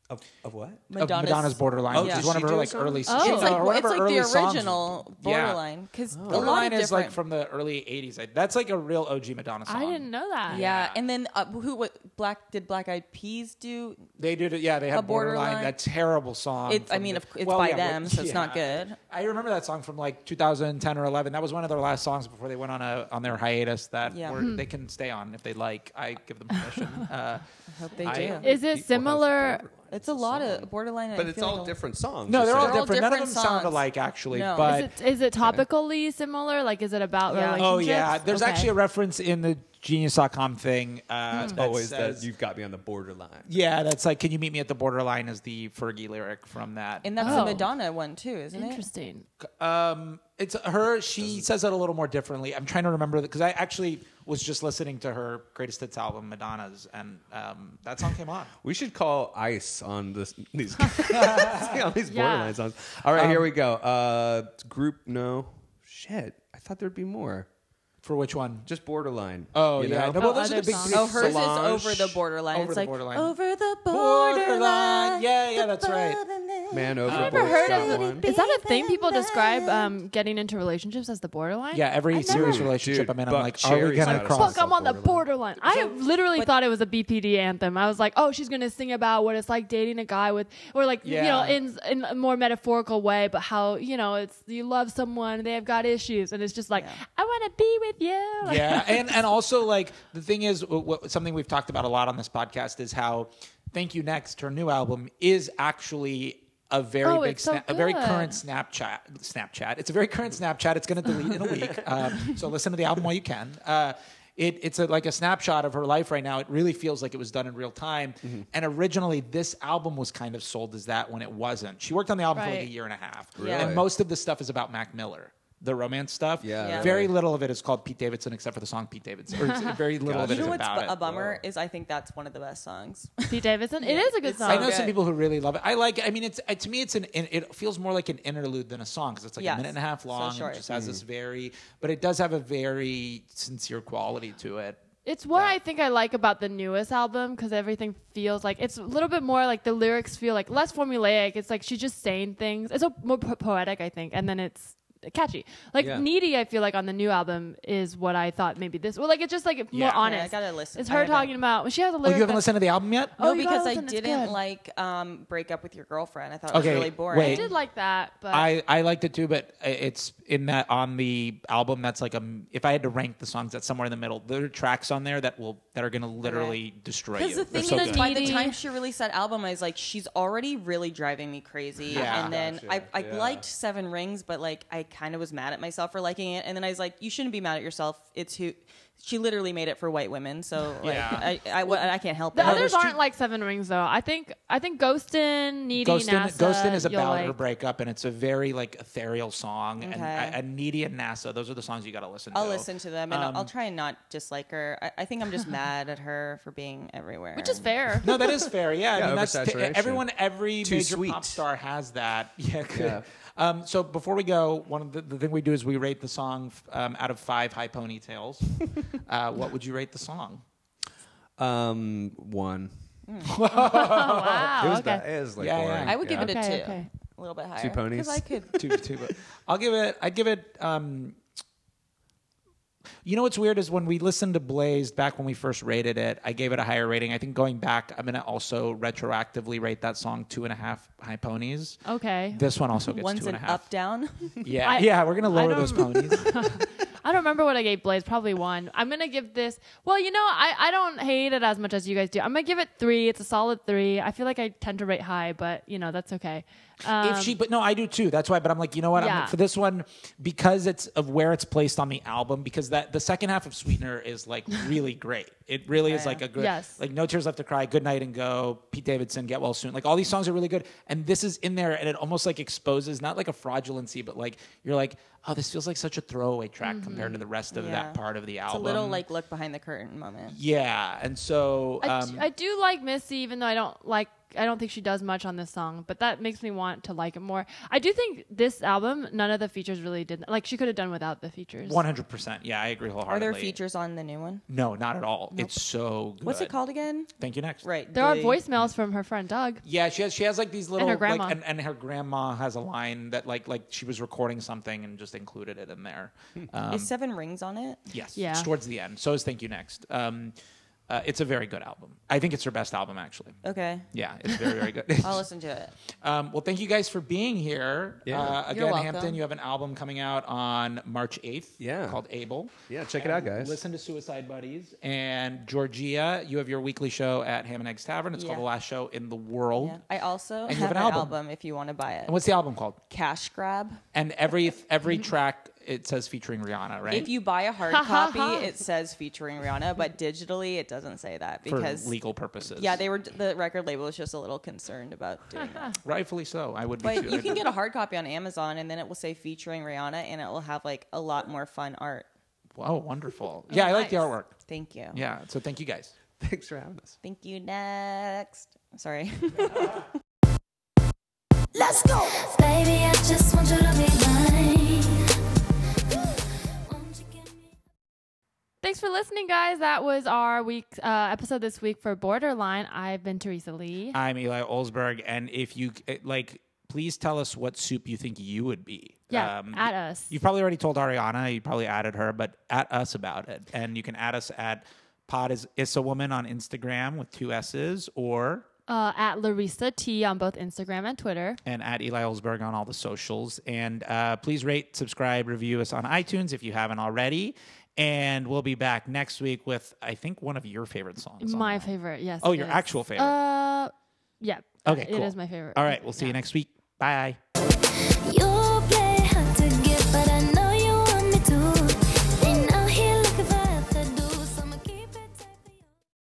D: Of, of what?
A: Madonna's, of
C: Madonna's-
A: Madonna's Borderline,
D: Oh,
A: which
D: did
A: is one
D: she
A: of her
D: do
A: like
D: some?
A: early.
B: Oh.
A: songs.
C: It's like
A: or one
C: it's
A: of her
C: like
A: early
C: the
A: songs.
C: original
A: Yeah.
C: borderline because a lot of
A: Borderline
C: different.
A: is like from the early '80s. Like, that's like a real OG Madonna song.
B: I didn't know that.
C: yeah.
A: Yeah.
C: and then uh, who what black did Black Eyed Peas do?
A: They did it. Yeah, they had
C: A Borderline.
A: borderline, That terrible song.
C: It- I
A: from
C: mean,
A: the-
C: of- it's by them,
A: but-
C: so it's not good.
A: I remember that song from like 2010 or 11. That was one of their last songs before they went on a on their hiatus. That
C: Yeah. Hmm.
A: were, they can stay on if they like. I give them permission. uh,
C: I hope they
A: I-
C: do.
A: It-
B: Is it similar?
C: it's a lot of borderline, I
D: But it's
C: feel
D: all
C: like a-
D: different songs.
A: no,
D: you
A: they're all
D: said.
A: different. None of them
C: different
A: sound
C: songs.
A: alike, actually.
C: No.
A: But
B: Is it, is it topically similar? Like, is it about
C: Yeah.
B: relationships?
A: oh yeah, there's
B: Okay. Hmm.
A: actually a reference in the Genius.com thing. Uh, that
D: Always
A: says-
D: that you've got me on the borderline.
A: Yeah, that's like, can you meet me at the borderline? Is the Fergie lyric from that?
C: and that's
B: Oh.
C: the Madonna one too, isn't it?
B: interesting.
A: Um, it's her. She says it a little more differently. I'm trying to remember because I actually was just listening to her greatest hits album, Madonna's, and um, that song came on.
D: We should call ICE on this, these on these
B: Yeah.
D: borderline songs. All right,
A: Um,
D: here we go. Uh, group no shit. I thought there'd be more.
A: For which one?
D: Just borderline.
A: Oh
D: you
A: yeah,
D: know?
A: No, well,
B: Oh,
A: those are
B: other
A: the big.
B: songs.
A: three.
C: Oh, hers
D: Solange.
C: is over the borderline.
A: Over
C: it's
A: the
C: like
A: borderline.
C: over the borderline.
A: Borderline. Yeah, yeah, that's right.
C: borderline.
D: Man over
B: I've never
D: Boys
B: heard
D: got
B: of.
D: one.
B: Is that a thing people describe um, getting into relationships as the borderline?
A: Yeah, every
B: I've never-
A: serious relationship
D: dude,
A: I'm in, I'm
D: Buck
A: like, are we
D: Cherry's
A: gonna
D: out of
A: cross?
B: Fuck, I'm on the borderline. I literally
C: but-
B: thought it was a BPD anthem. I was like, oh, she's gonna sing about what it's like dating a guy with, or like
A: Yeah.
B: you know, in in a more metaphorical way, but how you know it's you love someone, they have got issues, and it's just like I want to be with you. Like,
A: yeah and and also like the thing is w- w- something we've talked about a lot on this podcast is how thank you next her new album is actually a very
B: Oh,
A: big
B: it's so
A: sna- a very
B: good.
A: current snapchat snapchat it's a very current snapchat it's going to delete in a week um, so listen to the album while you can uh, it, it's a, like a snapshot of her life right now. It really feels like it was done in real time. And originally, this album was kind of sold as that when it wasn't. She worked on the album for like
B: Right.
A: a year and a half.
C: Yeah.
A: And most of the stuff is about Mac Miller, the romance stuff.
D: Yeah,
C: Yeah.
A: Very little of it is called Pete Davidson, except for the song Pete Davidson. Or it's- very little of
D: Gotcha.
A: it
C: You
A: is
C: know what's
A: about
C: bu- a
A: it.
C: bummer is I think that's one of the best songs.
B: Pete Davidson. It is a good song.
A: I know
C: Okay.
A: some people who really love it. I like. it. I mean, it's uh, to me, it's an. in- It feels more like an interlude than a song because it's like
C: Yes.
A: a minute and a half
C: So
A: long. and
C: short.
A: it just has this very, but it does have a very sincere quality to it.
B: It's what I think I like about the newest album because everything feels like it's a little bit more like the lyrics feel like less formulaic. It's like she's just saying things. It's a, more po- poetic, I think, and then it's catchy. Like
D: Yeah.
B: needy, I feel like on the new album is what I thought maybe this. Well, like it's just like
A: Yeah.
B: more
A: Okay,
B: honest.
C: I gotta listen.
B: It's
C: I
B: her
C: haven't-
B: talking about she has a
A: Oh,
B: lyric.
A: you haven't
B: that's-
A: listened to the album yet?
B: Oh,
C: No,
B: you gotta
C: because I
B: listen, it's
C: didn't
B: good.
C: like um, break up with your girlfriend. I thought it
A: Okay,
C: was really boring.
B: I
A: wait.
B: did like that, but
A: I, I liked it too, but i- it's in that on the album that's like a. m- If I had to rank the songs, that's somewhere in the middle. There are tracks on there that will that are going to literally destroy you.
C: Because the
A: They're so
C: thing is,
A: good.
C: by the
B: Dee Dee.
C: time she released that album, I was like, she's already really driving me crazy.
A: Yeah.
C: and then
D: Gotcha.
C: I, I
D: Yeah.
C: liked Seven Rings, but like I kind of was mad at myself for liking it. And then I was like, you shouldn't be mad at yourself. It's who she literally made it for white women, so like
A: Yeah.
C: I, I, I, can't help
B: the
C: it.
B: others
A: there's two-
B: aren't like Seven Rings though. I think I think Ghostin, Needy,
A: Ghostin,
B: NASA,
A: Ghostin is
B: you'll
A: about her
B: like.
A: breakup, and it's a very like ethereal song. And,
C: Okay.
A: and Needy and NASA, those are the songs you got to listen to.
C: I'll listen to them, and I'll-
A: Um,
C: I'll try and not dislike her. I, I think I'm just mad at her for being everywhere,
B: which is fair.
A: No, that is fair. Yeah,
D: Yeah,
A: I mean, that's
D: oversaturation.
A: everyone. Every
D: Too
A: major
D: sweet.
A: pop star has that. Yeah. good.
D: Yeah.
A: Um, so before we go, one of the, the thing we do is we rate the song f- um, out of five high ponytails. uh, what would you rate the song?
D: Um, one.
B: Oh, wow.
D: it was
B: okay.
D: bad. It was like
A: Yeah, yeah.
D: boring.
C: I would give
D: Yeah.
C: it a
B: Okay,
C: two,
B: okay.
C: a little bit higher.
D: ponies?
C: Because I could.
A: two, two. But I'll give it. I'd give it. Um, you know what's weird is when we listened to Blazed back when we first rated it, I gave it a higher rating. I think going back, I'm gonna also retroactively rate that song two and a half high ponies.
B: Okay.
A: This one also gets
C: Oh. One's
A: two and
C: an
A: a half.
C: up down.
A: Yeah,
B: I-
A: yeah, we're gonna
B: I
A: lower those
B: don't-
A: ponies.
B: I don't remember what I gave Blaze. Probably one. I'm gonna give this. Well, you know, I, I don't hate it as much as you guys do. I'm gonna give it three. It's a solid three. I feel like I tend to rate high, but you know that's okay. Um,
A: if she but no i do too that's why but i'm like you know what
B: Yeah.
A: I'm, for this one because it's of where it's placed on the album because that the second half of sweetener is like really great it really is
C: Yeah.
A: like a good
B: Yes.
A: like no tears left to cry good night and go pete davidson get well soon like all these songs are really good and this is in there and it almost like exposes not like a fraudulency but like you're like oh this feels like such a throwaway track compared to the rest of
C: Mm-hmm. Yeah.
A: that part of the
C: It's a
A: album
C: little like look behind the curtain moment.
A: yeah and so
B: I,
A: um,
B: d- I do like Missy, even though I don't like I don't think she does much on this song, but that makes me want to like it more. I do think this album, none of the features really did. Like she could have done without the features.
A: One hundred percent. Yeah, I agree
C: Are
A: wholeheartedly.
C: there features on the new one?
A: No, not at all. It's so good.
C: What's it called again?
A: Thank you. Next.
C: Right.
B: There are
C: the-
B: voicemails from her friend Doug.
A: Yeah, she has she has like these little
B: her grandma.
A: like and, and her grandma has a line that like like she was recording something and just included it in there.
D: Hmm.
A: Um,
C: Is Seven Rings on it?
A: yes,
B: Yeah.
A: it's towards the end. So is Thank You Next. Um, uh, it's a very good album. I think it's her best album actually.
C: Okay.
A: Yeah, it's very very good.
C: I'll listen to it.
A: um, well, thank you guys for being here.
D: Yeah.
A: Uh,
C: You're
A: again,
C: welcome.
A: Hampton, you have an album coming out on March eighth.
D: Yeah.
A: called Able.
D: Yeah, check it
A: And
D: out, guys.
A: Listen to Suicide Buddies and Georgia. You have your weekly show at Ham and Eggs Tavern. It's
C: Yeah.
A: called The Last Show in the World.
C: Yeah. I also
A: you
C: have,
A: have
C: an
A: an
C: album.
A: album.
C: if you want to buy it.
A: And what's the album called?
C: Cash Grab.
A: And every every track it says featuring Rihanna, right?
C: Mm-hmm. If you buy a hard
B: Ha, ha,
C: copy,
B: ha.
C: it says featuring Rihanna, but digitally it doesn't say that
A: for
C: because
A: legal purposes.
C: yeah, they were the record label was just a little concerned about doing that.
A: rightfully so. I would be too.
C: But you can get a hard copy on Amazon, and then it will say featuring Rihanna, and it will have like a lot more fun art.
A: Wow, wonderful.
C: Oh,
A: Yeah, I like the
B: nice.
A: artwork.
C: Thank you.
A: Yeah, so thank you guys.
D: Thanks for having us.
C: Thank you. Next. Sorry.
E: Let's go.
F: Baby, I just want you to be mine. Won't you give me?
B: Thanks for listening, guys. That was our week uh, episode this week for Borderline. I've been Teresa Lee.
A: I'm Eli Olsberg, and if you eh, like, please tell us what soup you think you would be.
B: Yeah,
A: um,
B: at us.
A: You've probably already told Ariana. You probably added her, but at us about it, and you can add us at Pod is Issa Woman on Instagram with two S's, or
B: Uh, at Larissa T on both Instagram and Twitter.
A: and at Eli Olsberg on all the socials. And uh, please rate, subscribe, review us on iTunes if you haven't already. And we'll be back next week with, I think, one of your favorite songs. on
B: my
A: that.
B: favorite, yes.
A: Oh,
B: it
A: your
B: is.
A: actual favorite.
B: Uh, yeah.
A: okay,
B: It
A: cool.
B: is my favorite.
A: All right, we'll see you next week. Bye.